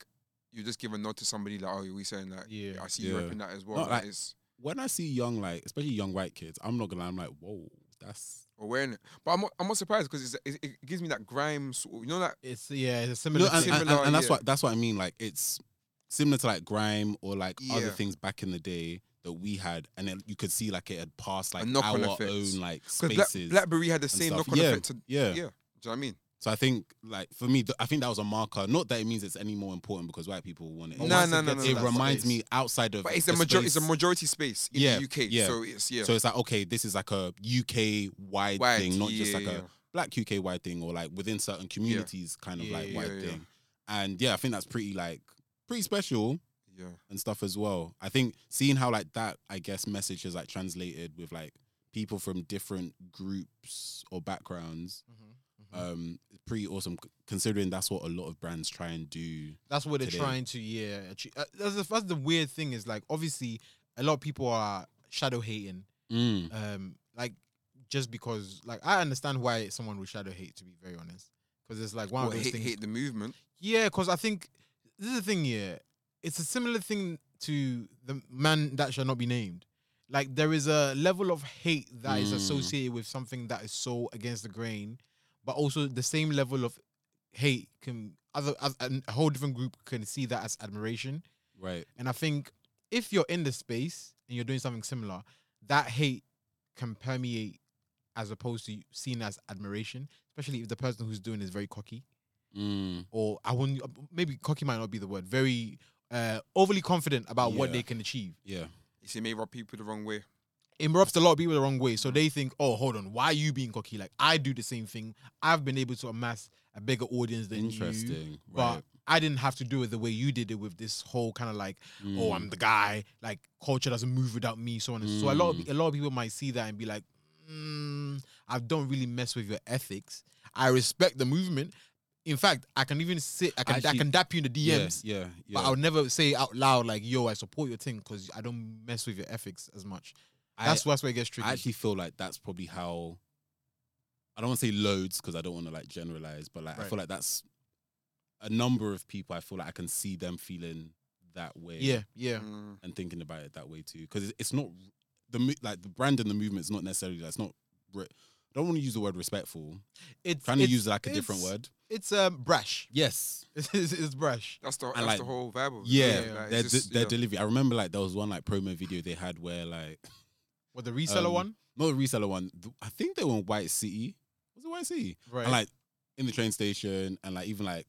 S4: you just give a nod to somebody, like, oh, we saying like,
S2: Yeah.
S4: I see you
S5: Yeah.
S4: repping that as well.
S5: Not
S4: like,
S5: like-
S4: it's
S5: When I see young, like especially young white kids, I'm not gonna. lie, I'm like, whoa, that's.
S4: we're wearing it, but I'm not, I'm not surprised because it, it gives me that grime, sort of, you know, that
S2: It's yeah. It's a similar.
S5: No, and,
S2: thing.
S5: and- and-
S4: Similar,
S5: and that's
S4: yeah.
S5: what that's what I mean. Like it's similar to like grime or like other
S4: Yeah.
S5: things back in the day that we had, and then you could see like it had passed like
S4: A
S5: our
S4: knock-on effect.
S5: own like
S4: because
S5: spaces.
S4: BlackBerry had the
S5: and
S4: same
S5: stuff.
S4: knock on
S5: yeah,
S4: effect. To, do
S5: yeah,
S4: yeah. you know what I mean?
S5: So I think like for me, th- I think that was a marker. Not that it means it's any more important because white people want it.
S2: But
S5: It's
S4: No,
S2: once
S5: just-
S4: no,
S2: it
S4: no,
S2: gets
S4: no,
S2: to
S5: It
S2: that
S5: reminds
S2: space-
S5: me outside of.
S4: But it's a
S5: the
S4: majority, it's a
S5: space.
S4: majority space in
S5: Yeah,
S4: the UK,
S5: yeah.
S4: so it's yeah,
S5: So it's like okay, this is like a UK wide
S4: Wide,
S5: thing, not just
S4: yeah,
S5: like a
S4: yeah.
S5: black UK wide thing or like within certain communities kind of
S2: Yeah,
S5: like
S2: yeah,
S5: wide
S4: yeah, yeah.
S5: thing. And yeah, I think that's pretty like pretty special
S4: yeah.
S5: and stuff as well. I think seeing how like that, I guess, message is like translated with like people from different groups or backgrounds.
S2: Mhm.
S4: uh,
S5: Um, pretty awesome c- considering that's what a lot of brands try and do.
S2: That's what they're
S5: today.
S2: trying to yeah. Achieve. Uh, that's, the, that's the weird thing is like obviously a lot of people are shadow hating.
S5: Mm.
S2: Um, like just because like I understand why someone would shadow hate to be very honest because it's like one
S4: Well,
S2: of those
S4: hate,
S2: things.
S4: hate the movement.
S2: Yeah, because I think this is the thing. Yeah, it's a similar thing to the man that shall not be named. Like there is a level of hate that is
S5: Mm.
S2: associated with something that is so against the grain, but also the same level of hate can other oth- and a whole different group can see that as admiration.
S5: Right.
S2: And I think if you're in the space and you're doing something similar, that hate can permeate as opposed to seen as admiration, especially if the person who's doing is very cocky
S5: Mm.
S2: or I wouldn't maybe cocky might not be the word, very uh, overly confident about what
S5: Yeah.
S2: they can achieve.
S5: Yeah.
S4: You see, may rub people the wrong way.
S2: It rubs a lot of people the wrong way. So they think, oh, hold on, why are you being cocky? Like I do the same thing. I've been able to amass a bigger audience than you.
S5: Interesting.
S2: But
S5: Right.
S2: I didn't have to do it the way you did it with this whole kind of like, oh,
S5: Mm.
S2: I'm the guy. Like culture doesn't move without me, so on and so. so. A lot
S5: Mm.
S2: of a lot of people might see that and be like, mm, I don't really mess with your ethics. I respect the movement. In fact, I can even sit. I can I
S5: Actually-
S2: can dap you in the
S5: Yeah,
S2: DMs.
S5: Yeah. Yeah.
S2: But I would never say out loud like, "Yo, I support your thing" because I don't mess with your ethics as much.
S5: I-
S2: That's that's where it gets tricky.
S5: I actually feel like that's probably how I don't want to say loads because I don't want to like generalize, but like I
S2: Right.
S5: feel like that's a number of people. I feel like I can see them feeling that way,
S2: yeah, yeah,
S4: Mm,
S5: and thinking about it that way too. Because it's not the mo- like the brand and the movement is not necessarily that's not re- I don't want to use the word respectful.
S2: It's
S5: Trying to
S2: it's-
S5: use like a different
S2: it's-
S5: word.
S2: It's um brash.
S5: Yes.
S2: It's, it's, it's brash.
S4: That's the that's
S5: like,
S4: the whole vibe of it.
S5: Yeah,
S2: yeah.
S4: like,
S5: their,
S4: it's just-
S5: their
S4: yeah.
S5: delivery. I remember like there was one like promo video they had where like
S2: Well, the reseller
S5: Um,
S2: one,
S5: not a reseller one. th- I think they were in White City. Was it White City?
S2: right?
S5: And like in the train station and like even like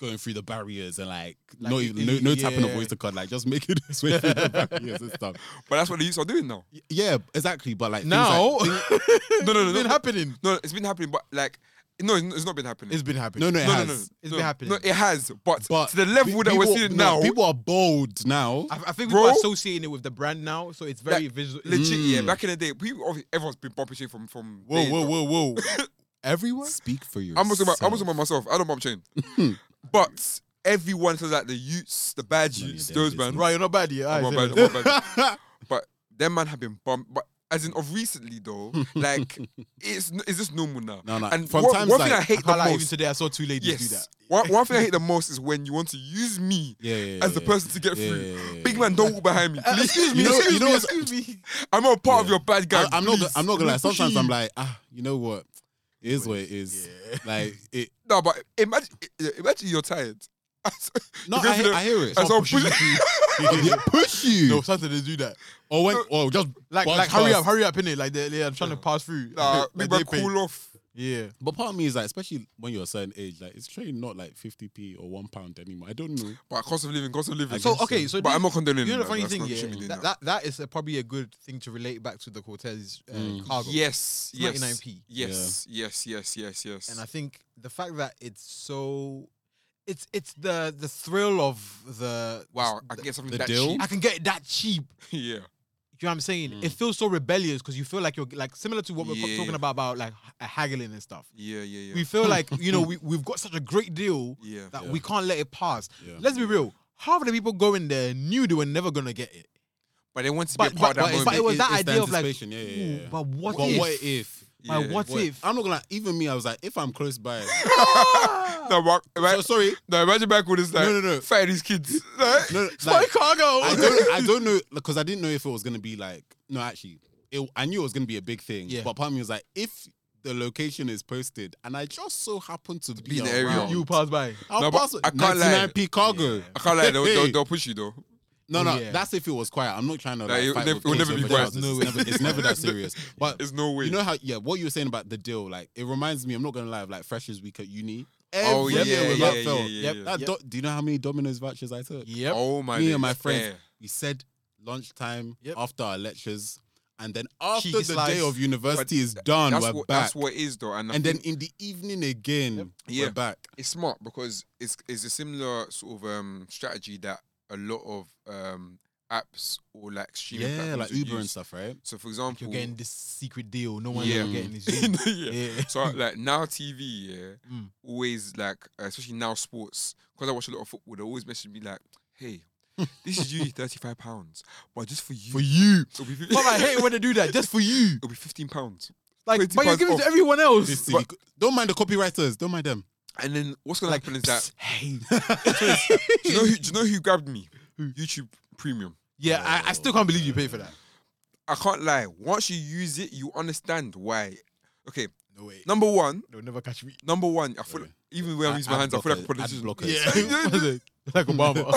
S5: going through the barriers and like,
S2: Like,
S5: no
S2: in-
S5: even no, no
S2: yeah,
S5: tapping of
S2: yeah.
S5: Oyster card, like just making his way through the barriers and stuff.
S4: But that's what the youths are doing now.
S5: Y- Yeah, exactly. But like things
S2: now,
S5: like-
S2: no,
S4: no, no,
S2: it's been
S4: no.
S2: happening.
S4: No, it's been happening, but like, no, it's it's not been happening.
S2: It's been happening.
S5: no, no, it
S4: no,
S5: has.
S4: no, no,
S2: It's
S4: no,
S2: been happening.
S4: No, it has, but,
S5: But
S4: to the level that we're
S5: people-
S4: seeing
S5: no,
S4: now,
S5: people are bold now.
S2: I, I think
S4: Bro.
S2: we're associating it with the brand now, so it's very visual.
S4: legit, yeah.
S5: Mm.
S4: Back in the day, we obvi- everyone's been bumping shit from from.
S2: Whoa,
S4: day
S2: whoa,
S4: dot.
S2: whoa, whoa! Everyone.
S5: Speak for yourself.
S4: I'm talking about I'm talking about myself. I don't bump chain,
S5: Hmm.
S4: but everyone says like the youths, the bad
S5: None of
S4: youths,
S5: their
S4: those
S5: business.
S4: man,
S2: Right, you're not bad here.
S4: I'm
S2: Aye,
S4: not
S2: say
S4: bad,
S2: that.
S4: I'm not bad. But them man have been bumped, but. As in of recently though, like it's n- it's just normal now.
S5: No, no,
S4: And
S5: from
S4: one,
S5: times
S4: one thing
S5: like-
S4: I
S2: I
S4: hate
S2: can't
S4: the
S2: lie, even
S4: most,
S2: today I saw two ladies
S4: yes,
S2: do that.
S4: one, one thing I hate the most is when you want to use me
S5: yeah, yeah,
S4: as the
S5: yeah.
S4: person to get
S5: Yeah,
S4: through.
S5: yeah, yeah, yeah,
S4: Big
S5: yeah.
S4: man, don't walk behind me, please.
S2: Excuse
S5: me, You know- excuse you know me, what's-
S2: excuse me.
S4: I'm not part of
S5: Yeah.
S4: your bad guy.
S5: I, I'm not. Gonna, I'm not gonna lie.
S4: please. Pushing
S5: Sometimes I'm
S4: you.
S5: like, ah, you know what? It is what it is. Like it.
S4: No, but imagine, imagine you're tired.
S5: No,
S4: Because
S5: I,
S4: you know-
S5: I hear it.
S4: As
S5: Some-
S4: I'm pushing
S2: Oh,
S5: Yeah, push you.
S2: No, sometimes they do that.
S5: or when, or just
S2: Like,
S5: bunch
S2: like hurry
S5: past.
S2: up, hurry up, innit? Like they're, they're trying to pass through.
S4: Nah,
S2: Like,
S4: big
S2: they
S4: man,
S2: pay.
S4: cool off.
S2: Yeah.
S5: But part of me is like, especially when you're a certain age, like it's really not like 50p or one pound anymore. I don't know.
S4: But cost of living, cost of living.
S2: So okay, so
S4: but
S2: do
S4: I'm not condoning.
S2: you know the
S4: that,
S2: funny
S4: that's
S2: thing,
S4: not-
S2: yeah,
S4: shouldn't be doing
S2: that,
S4: that.
S2: that that is a, probably a good thing to relate back to the Cortez uh,
S5: Mm.
S2: cargo.
S4: Yes,
S2: It's
S4: yes,
S2: 99p.
S4: yes, yes, yes, yes, yes.
S2: and I think the fact that it's so, it's it's the the thrill of the
S4: wow, I
S2: the-
S4: can get something
S5: the
S4: that
S5: deal?
S4: cheap.
S2: I can get it that cheap.
S4: yeah,
S2: You know what I'm saying?
S5: Mm.
S2: It feels so rebellious because you feel like you're like similar to what we're
S4: Yeah.
S2: talking about about like h- haggling and stuff.
S4: yeah, yeah, yeah.
S2: We feel like you know we we've got such a great deal
S4: yeah,
S2: that
S5: Yeah.
S2: we can't let it pass.
S5: Yeah.
S2: Let's be real. Half of the people going there knew they were never gonna get it.
S4: but they want to be a
S2: But,
S4: part
S2: but,
S4: of that
S2: but,
S4: moment.
S2: but it was
S5: It-
S2: that
S5: it's the
S2: idea of like,
S5: anticipation. Yeah, yeah,
S2: ooh,
S5: yeah.
S2: but what
S5: but
S2: if?
S5: what if?
S2: But
S4: Yeah.
S2: what,
S5: What
S2: if?
S5: I'm not gonna. lie, Even me, I was like, if I'm close by.
S4: no, but,
S5: so, sorry.
S4: no, imagine back with this like
S5: No, no, no.
S4: fighting these kids.
S5: No, no,
S2: It's
S5: like,
S2: my cargo.
S5: I don't. I don't know because I didn't know if it was gonna be like. No, actually, it, I knew it was gonna be a big thing.
S2: Yeah.
S5: But part of me was like, if the location is posted and I just so happen to, be,
S4: be in the area.
S5: around,
S2: you pass by.
S5: I'll
S4: No, but
S5: pass
S4: I
S5: it.
S4: can't lie.
S5: 99p cargo.
S2: Yeah.
S4: I can't lie, they'll, they'll,
S5: Hey.
S4: they'll push you though.
S5: No, no,
S2: Yeah.
S5: that's if it was quiet. I'm not trying to.
S4: Nah,
S5: Like,
S4: it would
S5: fight
S4: nev-
S5: with
S4: it would
S5: kids
S4: never be
S5: over
S4: quiet.
S5: houses. It's
S2: No way.
S5: never, it's never that serious. But
S4: There's no way.
S5: you know how? Yeah, what you were saying about the deal, like it reminds me. I'm not gonna lie. of, Like freshers week at uni.
S4: oh
S5: every
S4: yeah,
S5: year
S4: yeah,
S5: was
S4: yeah,
S5: that
S4: yeah,
S5: felt.
S4: yeah,
S2: Yep,
S4: yeah.
S5: That do, do you know how many Domino's vouchers I took?
S2: Yep.
S4: Oh my
S5: Me
S4: days,
S5: and my friends,
S4: fair.
S5: we said lunchtime
S2: Yep.
S5: after our lectures, and then after
S2: Cheeky
S5: the
S2: slice.
S5: day of university is done,
S4: That's
S5: we're
S4: what
S5: back.
S4: that's what it is though, and, I
S5: and then
S4: think
S5: in the evening again,
S4: Yeah.
S5: we're back.
S4: it's smart because it's it's a similar sort of um strategy that a lot of um apps or like streaming
S5: Yeah,
S4: platforms
S5: like
S4: would
S5: Uber and
S4: use.
S5: stuff, right?
S4: So for
S2: Like
S4: example,
S2: you're getting this secret deal. No one's
S4: Yeah.
S2: ever getting this. deal.
S4: yeah.
S2: yeah.
S4: So like now TV, yeah,
S2: Mm.
S4: always like uh, especially now sports because I watch a lot of football. They always message me like, "Hey, this is you thirty five pounds, but just for you,
S5: For you,
S4: it'll be, fif-
S2: But I hate when they do that just for you.
S4: it'll be fifteen pounds."
S2: Like,
S4: 20
S2: but you're
S4: pounds
S2: giving it
S4: off.
S2: to everyone else.
S5: This silly co- don't mind the copywriters. Don't mind them.
S4: And then what's gonna happen is that
S2: hey,
S4: do you know who, do you know who grabbed me? YouTube Premium.
S2: yeah, I, I still can't believe you paid for that.
S4: I can't lie. Once you use it, you understand why. Okay,
S2: No way.
S4: number one,
S2: No, never catch me.
S4: number one. I feel even when I'm using my
S5: Ad
S4: hands, I feel like a
S5: blocker- ad
S4: politician.
S5: blockers.
S2: Yeah, like Obama.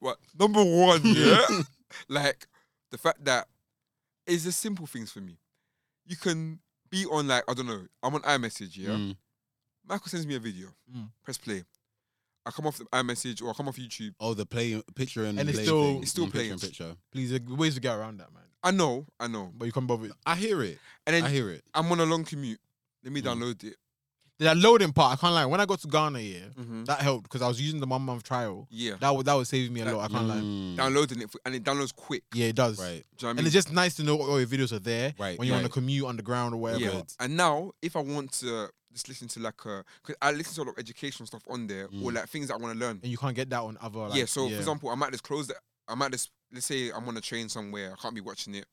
S4: What number one? Yeah, like the fact that it's the simple things for me. You can be on like I don't know. I'm on iMessage. Yeah,
S5: Mm.
S4: Michael sends me a video.
S2: Mm.
S4: Press play. I come off the iMessage or I come off YouTube.
S5: Oh, the play picture and,
S2: And it's
S5: play
S2: still-
S5: thing.
S4: It's still
S5: Mm,
S4: playing.
S5: Picture and picture.
S2: Please, there are ways to get around that, man.
S4: I know, I know.
S2: But you can't bother.
S5: I hear it.
S4: And
S5: I
S4: then
S5: hear it.
S4: I'm on a long commute. Let me
S5: Mm.
S4: download it.
S2: That loading part, I can't lie. When I got to Ghana, yeah,
S4: Mhm.
S2: that helped because I was using the one month trial.
S4: Yeah,
S2: That was that was saving me a
S4: That-
S2: lot. I can't lie.
S5: Mm.
S4: downloading it for, and it downloads quick.
S2: Yeah, it does.
S5: Right.
S4: Do you know what I
S2: And
S4: mean?
S2: it's just nice to know all your videos are there
S5: Right,
S2: when you're on
S5: right.
S2: a commute underground or whatever.
S4: yeah. And now, if I want to just listen to like a, cause I listen to a lot of educational stuff on there or
S5: Mm.
S4: like things that I want to learn.
S2: And you can't get that on other. Like,
S4: yeah. So for example, I might just close that. I might just let's say I'm on a train somewhere. I can't be watching it.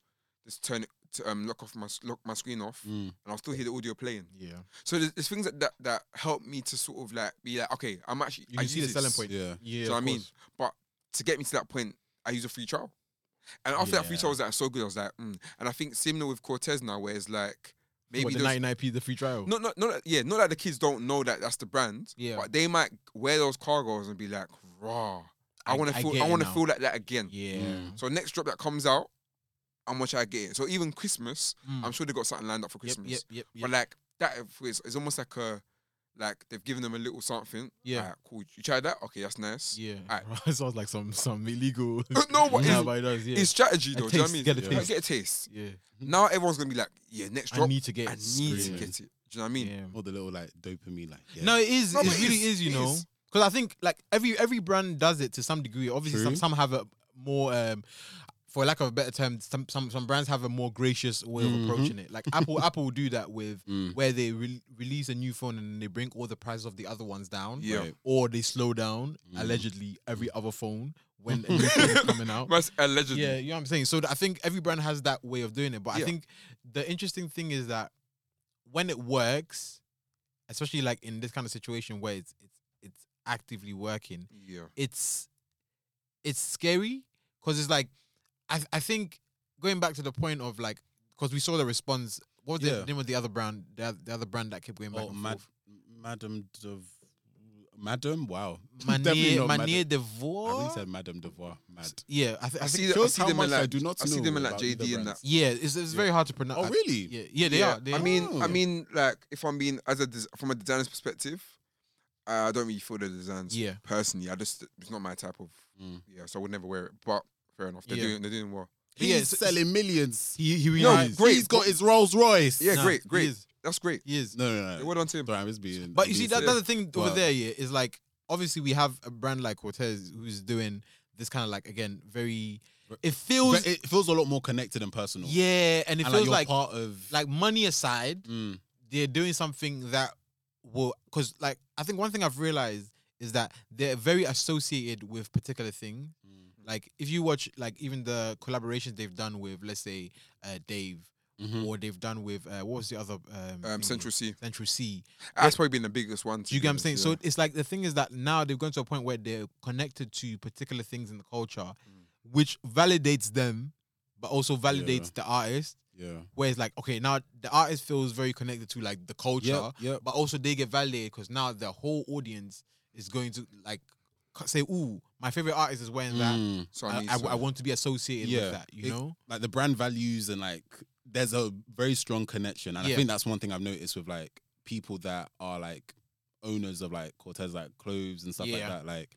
S4: Just turn it to um lock off my s- lock my screen off, and
S5: Mm.
S4: I'll still hear the audio playing.
S2: yeah,
S4: So there's, there's things that, that that help me to sort of like be like, okay, I'm actually
S2: you
S4: I
S2: can see the
S4: use
S2: selling
S4: this.
S2: point.
S5: Yeah.
S2: Yeah,
S4: Do you know
S2: of
S4: what I mean?
S2: course.
S4: But to get me to that point, I use a free trial. And after that free
S2: Yeah.
S4: throw was like so good, I was like, mm. and I think similar with Cortez now, where it's like maybe
S2: What, the
S4: those-
S2: 99p, the free trial.
S4: no, no, no, yeah, not that the kids don't know that that's the brand.
S2: Yeah.
S4: but they might wear those cargos and be like, raw. I
S2: I-
S4: want to
S2: I
S4: feel.
S2: get
S4: I
S2: it
S4: want to
S2: now."
S4: feel like that again.
S2: Yeah.
S5: Mm.
S4: So next drop that comes out, how much I get it. So even Christmas,
S2: Mm.
S4: I'm sure they got something lined up for
S2: Yep,
S4: Christmas.
S2: yep, yep,
S4: But
S2: yep.
S4: like that is, is almost like a like they've given them a little something.
S2: Yeah.
S4: Alright, cool. You tried that? Okay, that's nice.
S2: Yeah.
S4: Alright.
S2: it sounds like some some illegal.
S4: no, but
S2: Nah,
S4: it's,
S2: but it does, yeah.
S4: it's strategy
S2: A
S4: though. do you know what I
S2: taste,
S4: mean?
S2: get a
S4: Like,
S2: taste.
S4: Get a taste.
S2: yeah.
S4: Now everyone's gonna be like, yeah, next drop.
S2: I need to get.
S4: I
S2: it.
S4: need to
S5: screaming.
S4: get it. Do you know what I mean?
S2: Yeah.
S5: All the little like dopamine, like yeah.
S2: No, it is.
S4: No,
S2: it
S4: but it
S2: really
S4: is,
S2: is. you
S4: it
S2: know,
S4: is.
S2: because I think like every every brand does it to some degree. Obviously, some,
S5: True.
S2: some have a more, um, for lack of a better term, some some some brands have a more gracious way of
S5: Mhm.
S2: approaching it. Like Apple, Apple will do that with
S5: Mm.
S2: where they re- release a new phone and they bring all the prices of the other ones down.
S4: Yeah.
S5: Right.
S2: Or they slow down
S5: Mm.
S2: allegedly every other phone when a new phone is coming out.
S4: That's allegedly.
S2: Yeah, you know what I'm saying. So th- I think every brand has that way of doing it, but
S4: Yeah.
S2: I think the interesting thing is that when it works, especially like in this kind of situation where it's it's, it's actively working,
S4: yeah.
S2: it's it's scary because it's like I I think going back to the point of like because we saw the response. What was
S5: Yeah.
S2: the name of the other brand? The, oth- the other brand that kept going back
S5: Oh,
S2: and
S5: mad,
S2: forth.
S5: Madame Dev, Madame, wow, Definitely
S2: Manier,
S5: not
S2: Manier
S5: Madame. I
S2: Devoir.
S5: really said Madame Devoir, mad.
S2: yeah, I, th- I,
S4: I
S2: think
S4: see, I
S5: shows
S4: see
S5: how
S4: them in
S5: much
S4: like,
S5: I do not
S4: I see
S5: know
S4: them in like
S5: about either
S4: JD and that.
S5: brands.
S2: yeah, it's, it's very hard to pronounce.
S5: Oh
S2: I-
S5: really?
S2: Yeah, yeah, they are. They
S4: I
S2: are.
S4: mean, I
S5: Oh.
S4: mean, like if I'm being as a des- from a designer's perspective, I don't really feel the designs.
S2: Yeah.
S4: Personally, I just it's not my type of.
S5: Mm.
S4: Yeah, so I would never wear it. But fair enough, they're
S2: Yeah.
S4: doing they're doing well.
S2: But
S5: He's
S2: yeah, so-
S5: selling millions.
S2: He he really
S4: No,
S2: is.
S4: great,
S5: He's got
S4: but-
S5: his Rolls Royce.
S4: Yeah,
S2: Nah,
S4: great,
S2: He
S4: great.
S2: is.
S4: That's great.
S2: He is.
S5: No, no,
S4: They
S5: no.
S4: well done to him.
S5: Sorry, I'm just being.
S2: But you see, that,
S4: Yeah.
S2: that's the thing over
S5: Well-
S2: there, yeah, is like obviously we have a brand like Cortez who's doing this kind of like again very it feels
S5: it feels a lot more connected and personal.
S2: yeah, and it
S5: and like
S2: feels
S5: you're
S2: like like,
S5: part of
S2: money aside,
S5: Mm,
S2: they're doing something that will because like I think one thing I've realized is that they're very associated with particular things.
S5: mm,
S2: Like if you watch like even the collaborations they've done with let's say uh Dave
S5: mhm.
S2: or they've done with uh, what was the other
S4: Um,
S2: um, thing?
S4: Central C.
S2: Central C.
S4: That's probably been the biggest one. to
S2: Do you
S4: be
S2: get what I'm
S4: honest,
S2: saying?
S4: yeah.
S2: So it's like the thing is that now they've gone to a point where they're connected to particular things in the culture, which validates them, but also validates the artist.
S5: Yeah.
S2: Where it's like, okay, now the artist feels very connected to like the culture,
S5: Yeah. Yeah.
S2: but also they get validated because now the whole audience is going to like c- say, "Ooh, my favorite artist is wearing that.
S5: Mm.
S4: so I,
S2: I,
S4: need
S2: I,
S4: to-
S2: I want to be associated
S5: Yeah.
S2: with that." You
S5: It-
S2: know?
S5: Like the brand values and like there's a very strong connection, and I
S2: Yeah.
S5: think that's one thing I've noticed with like people that are like owners of like Cortez like clothes and stuff like
S2: Yeah.
S5: that. Like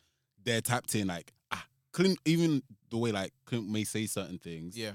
S5: they're tapped in. Like ah, Clint, even the way like Clint may say certain things,
S2: Yeah.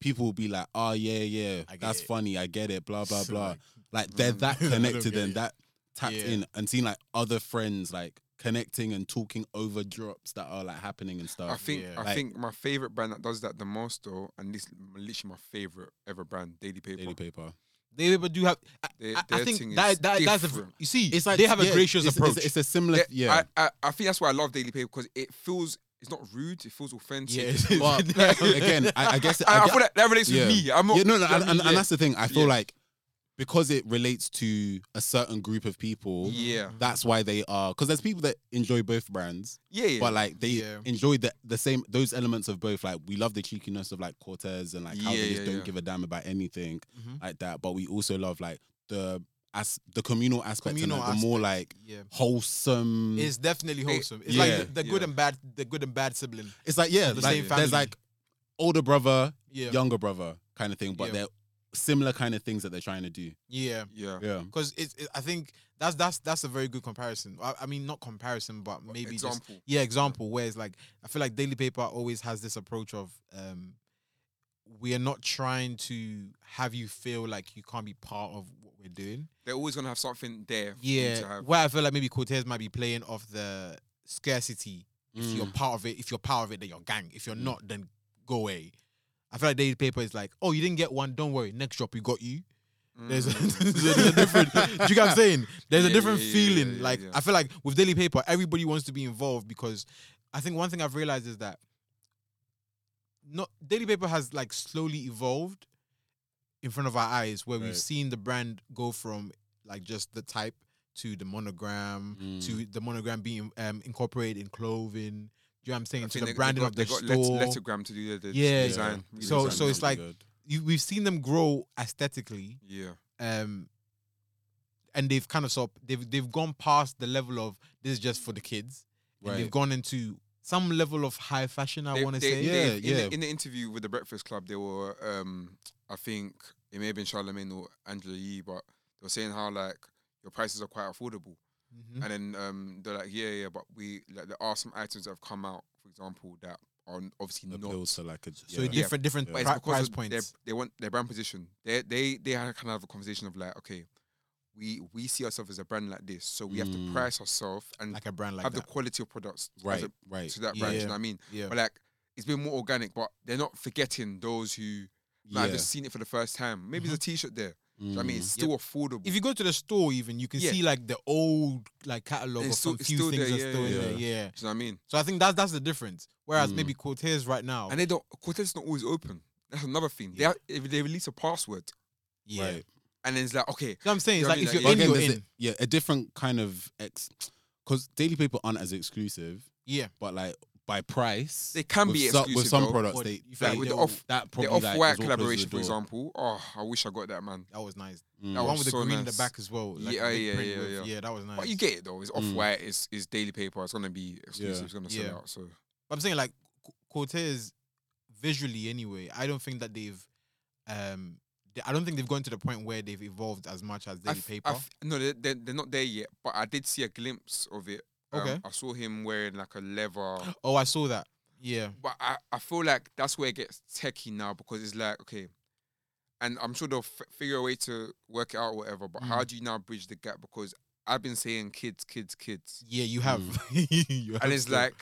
S5: people will be like, oh yeah, yeah,
S2: I get
S5: that's
S2: it."
S5: funny, I get it, blah blah
S2: So,
S5: blah.
S2: like,
S5: like they're
S4: Mm.
S5: that
S2: I don't
S5: connected
S2: get
S5: and
S2: it.
S5: that tapped
S2: Yeah.
S5: in and seeing like other friends like connecting and talking over drops that are like happening and stuff.
S4: I think
S2: yeah.
S4: I
S5: Like-
S4: think my favorite brand that does that the most though, and this literally my favorite ever brand, Daily Paper.
S5: Daily paper.
S2: they but do have. I,
S4: They-
S2: I- I
S4: their thing
S2: think
S4: is
S2: that, that that's a,
S4: different.
S2: you see. It's like they have a
S5: yeah,
S2: gracious
S5: it's-
S2: approach.
S5: It's, it's a similar
S4: Yeah,
S5: yeah.
S4: I, I, I think that's why I love Daily Paper because it feels it's not rude, it feels authentic.
S2: Yeah,
S4: It
S2: it
S4: feels-
S2: is.
S5: but again, I, I guess
S4: I, I
S5: get-
S4: feel that, that relates
S5: yeah.
S4: with me. I'm not
S5: yeah, no, no,
S4: do you know
S5: and,
S4: what I
S5: and,
S4: mean?
S5: and that's the thing. I feel
S4: Yeah.
S5: like because it relates to a certain group of people,
S4: yeah.
S5: that's why they are. Because there's people that enjoy both brands,
S4: yeah, yeah,
S5: but like they
S2: Yeah.
S5: enjoy the, the same those elements of both. Like we love the cheekiness of like Cortez and like how
S4: Yeah,
S5: they just
S4: yeah,
S5: don't
S4: yeah.
S5: give a damn about anything
S2: Mhm.
S5: like that. But we also love like the as the communal aspect
S2: Communal
S5: and like, the more like
S2: yeah.
S5: wholesome.
S2: It's definitely
S4: They-
S2: wholesome. It's
S5: Mm. Yeah.
S2: like the, the good
S4: Yeah.
S2: and bad, the good and bad sibling.
S5: it's like yeah,
S2: the
S5: like,
S2: same
S5: there's
S2: family.
S5: like older brother,
S2: Yeah,
S5: younger brother kind of thing, but
S2: Yeah.
S5: they're similar kind of things that they're trying to do.
S2: yeah.
S4: yeah.
S5: Yeah.
S2: Because it's, it, I think that's that's that's a very good comparison. I, I mean, not comparison, but maybe just
S4: Example.
S2: yeah, example. Where it's like I feel like Daily Paper always has this approach of um, we are not trying to have you feel like you can't be part of what we're doing.
S4: They're always gonna have something there. for you to
S2: Yeah,
S4: have.
S2: where I feel like maybe Cortez might be playing off the scarcity. If you're part of it, if you're part of it, then you're gang. If you're
S5: Mm.
S2: not, then go away. I feel like Daily Paper is like, oh, you didn't get one, don't worry. Next drop, you got you. There's a,
S4: Mm.
S2: there's a different. Do you get what I'm saying? There's
S4: Yeah,
S2: a different
S4: yeah, yeah, yeah,
S2: feeling.
S4: yeah,
S2: like
S4: yeah.
S2: I feel like with Daily Paper, everybody wants to be involved because I think one thing I've realized is that not Daily Paper has like slowly evolved in front of our eyes, where
S5: Right.
S2: we've seen the brand go from like just the type to the monogram
S5: Mm.
S2: to the monogram being um, incorporated in clothing you know what I'm saying?
S4: I
S2: To
S4: think
S2: the
S4: they- they
S2: branding
S4: got-
S2: of the
S4: they got
S2: store.
S4: Let- Lettergram to do their, their
S2: Yeah,
S4: design.
S2: yeah. So-
S4: redesign
S2: so
S4: now.
S2: it's like- you, we've seen them grow aesthetically,
S4: yeah,
S2: um, and they've kind of stopped. They've they've gone past the level of this is just for the kids. and
S5: Right.
S2: they've gone into some level of high fashion. I
S4: They-
S2: want to
S4: they-
S2: say.
S4: they-
S5: Yeah,
S4: in,
S5: yeah.
S4: The, in the interview with the Breakfast Club, they were, um, I think it may have been Charlemagne or Angela Yee, but they were saying how like your prices are quite affordable.
S2: Mhm.
S4: And then um, they're like, yeah, yeah, but we like there are some items that have come out, for example, that are n- obviously not.
S5: appeals to like a
S2: So
S5: yeah.
S4: did-
S2: different different
S5: Yeah.
S4: But
S5: But
S4: it's
S2: pri-
S4: because
S2: price
S4: of their,
S2: points.
S4: they want their brand position. They they they had kind of have a conversation of like, okay, we we see ourselves as a brand like this, so we have to
S5: Mm.
S4: price ourselves and
S2: Like a brand like
S4: have
S2: that.
S4: the quality of products as
S5: right,
S4: a-
S5: right.
S4: to that brand. You
S2: Yeah.
S4: know what I mean?
S2: yeah.
S4: But like, it's been more organic, but they're not forgetting those who like, have
S5: Yeah. Mm-hmm.
S4: just seen it for the first time. Maybe there's a T-shirt there. Do you know what I mean,
S5: Mm.
S4: it's still affordable.
S2: if you go to the store, even you can
S4: Yeah.
S2: see like the old like catalog
S4: It's
S2: of
S4: still-
S2: some
S4: it's
S2: few
S4: still
S2: things
S4: there,
S2: are
S4: yeah, Hmm.
S2: still in
S5: yeah.
S2: there. Yeah.
S4: Do you know what I mean?
S2: So I think that's that's the difference. Whereas
S5: Mm.
S2: maybe Cortez right now,
S5: Oh.
S4: And they don't. Cortez's not always open. That's another thing. They
S2: Yeah.
S4: have, if they release a password,
S2: yeah.
S5: Right.
S4: and then it's like, okay,
S2: You know what I'm saying?
S4: You
S2: It's
S4: know
S2: like
S4: what I
S2: if
S5: But
S4: mean?
S2: you're
S4: Like,
S2: in,
S5: again,
S2: you're
S5: there's a-
S2: in.
S5: yeah, a different kind of ex because daily paper aren't as exclusive,
S2: Yeah.
S5: but like by price,
S4: They can
S5: with
S4: be
S5: some, with
S4: exclusive,
S5: some
S4: though.
S5: products.
S2: What-
S5: they,
S2: you feel
S5: they
S4: like with the
S5: they'll-
S4: off-
S5: that
S4: the
S5: probably like,
S4: off-white
S5: is what closes the
S4: collaboration, for
S5: door.
S4: example. Oh, I wish I got that man.
S2: That was nice.
S5: Mm.
S2: That
S4: was
S2: one with
S4: Oh,
S2: the
S4: so
S2: green in the
S4: nice.
S2: back as well. Like
S4: Yeah,
S2: the big
S4: yeah,
S2: print
S4: yeah,
S2: with-
S4: yeah.
S2: that was nice. Mm.
S4: But you get it though. It's off-white. It's it's daily paper. It's gonna be exclusive.
S5: Yeah.
S4: It's gonna sell
S2: Yeah.
S4: out. So
S2: But I'm saying like C- Cortez, visually anyway. I don't think that they've, um, they, I don't think they've gone to the point where they've evolved as much as
S4: I
S2: Daily
S4: f- I
S2: Paper.
S4: f- no, they they're, they're not there yet. But I did see a glimpse of it. Um,
S2: Okay.
S4: I saw him wearing like a leather.
S2: oh, I saw that. Yeah.
S4: but I, I feel like that's where it gets techie now because it's like okay, and I'm sure they'll f- figure a way to work it out, or whatever. But
S2: Mm.
S4: how do you now bridge the gap? Because I've been saying kids, kids, kids,
S2: Yeah, you have. You have
S4: Hmm. and it's
S2: still.
S4: like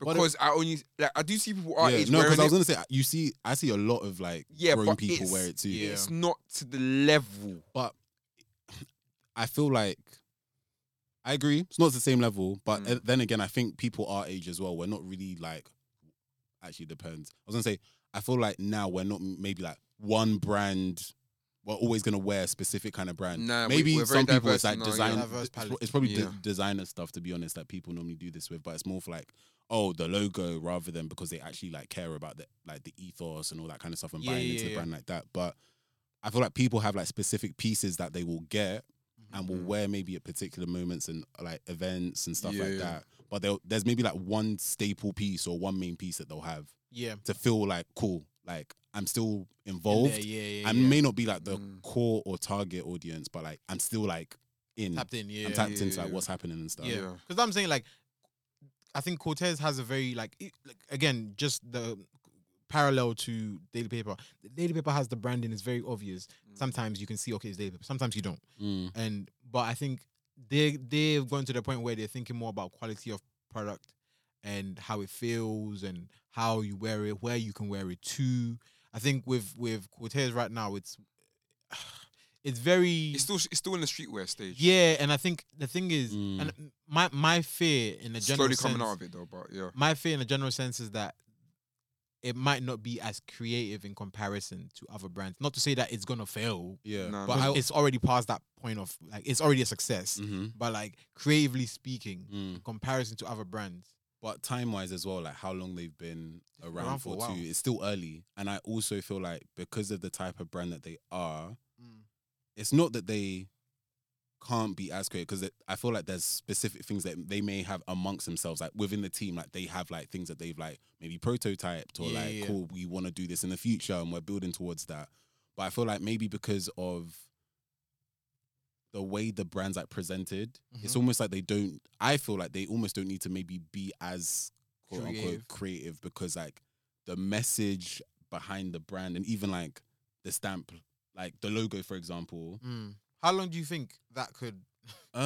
S5: But it-
S4: because I only like I do see people our
S5: Yeah,
S4: age
S5: no, because
S4: wearing
S5: I was
S4: it.
S5: gonna say you see, I see a lot of like
S4: Yeah,
S5: grown
S4: but
S5: people
S4: it's-
S5: wear it too.
S2: yeah.
S4: It's not to the level.
S5: but I feel like I agree. It's not the same level, but
S4: Mm.
S5: uh, then again, I think people our age as well. We're not really like. Actually, depends. I was gonna say I feel like now we're not m- maybe like one brand. We're always gonna wear a specific kind of brand.
S4: Nah, we-
S5: maybe
S4: we're very
S5: some people it's
S4: diverse
S5: like
S4: now, yeah.
S5: design.
S2: Diverse
S5: it's,
S2: palette.
S5: it's probably de-
S4: Yeah.
S5: designer stuff to be honest that people normally do this with, but it's more for like oh the logo rather than because they actually like care about the like the ethos and all that kind of stuff and
S2: Yeah,
S5: buying
S2: yeah,
S5: into the
S2: yeah.
S5: brand like that. But I feel like people have like specific pieces that they will get and will
S4: Mhm.
S5: wear maybe at particular moments and like events and stuff
S4: Yeah.
S5: like that. But they'll- there's maybe like one staple piece or one main piece that they'll have
S2: yeah.
S5: to feel like cool, like I'm still
S2: Yeah,
S5: involved.
S2: yeah, yeah.
S5: I
S2: yeah.
S5: may not be like the
S4: Mm.
S5: core or target audience, but like I'm still like in.
S2: tapped in. Yeah.
S5: I'm tapped
S4: yeah,
S5: into like
S4: yeah.
S5: what's happening and stuff.
S2: Yeah,
S4: Yeah.
S2: because I'm saying like, I think Cortez has a very like, it- like again just the parallel to Daily Paper. Daily Paper has the branding; it's very obvious. Sometimes you can see okay, it's Daily Paper. Sometimes you don't.
S5: Mm.
S2: And but I think they they've gone to the point where they're thinking more about quality of product and how it feels and how you wear it, where you can wear it to. I think with with Cortez right now, it's it's very
S4: It's still it's still in the streetwear stage.
S2: yeah, and I think the thing is,
S5: Mm.
S2: and my my fear in the general
S4: slowly
S2: sense,
S4: coming out of it though. But yeah,
S2: my fear in the general sense is that it might not be as creative in comparison to other brands. Not to say that it's gonna fail,
S5: Yeah.
S4: Nah,
S5: but
S2: because
S5: I,
S2: it's already past that point of like it's already a success.
S5: Mhm.
S2: But like creatively speaking,
S5: Mm.
S2: in comparison to other brands,
S5: but time wise as well, like how long they've been around,
S2: around for
S5: for,
S2: a while.
S5: too. It's still early, and I also feel like because of the type of brand that they are,
S2: Mm.
S5: it's not that they can't be as creative because I feel like there's specific things that they may have amongst themselves, like within the team, like they have like things that they've like maybe prototyped or
S2: Yeah,
S5: like,
S2: yeah, yeah.
S5: cool, we want to do this in the future and we're building towards that. But I feel like maybe because of the way the brands like presented, it's
S2: Mm-hmm.
S5: almost like they don't. I feel like they almost don't need to maybe be as quote
S2: Creative.
S5: unquote creative because like the message behind the brand and even like the stamp, like the logo, for example.
S2: Mm. how long do you think that could
S5: Um,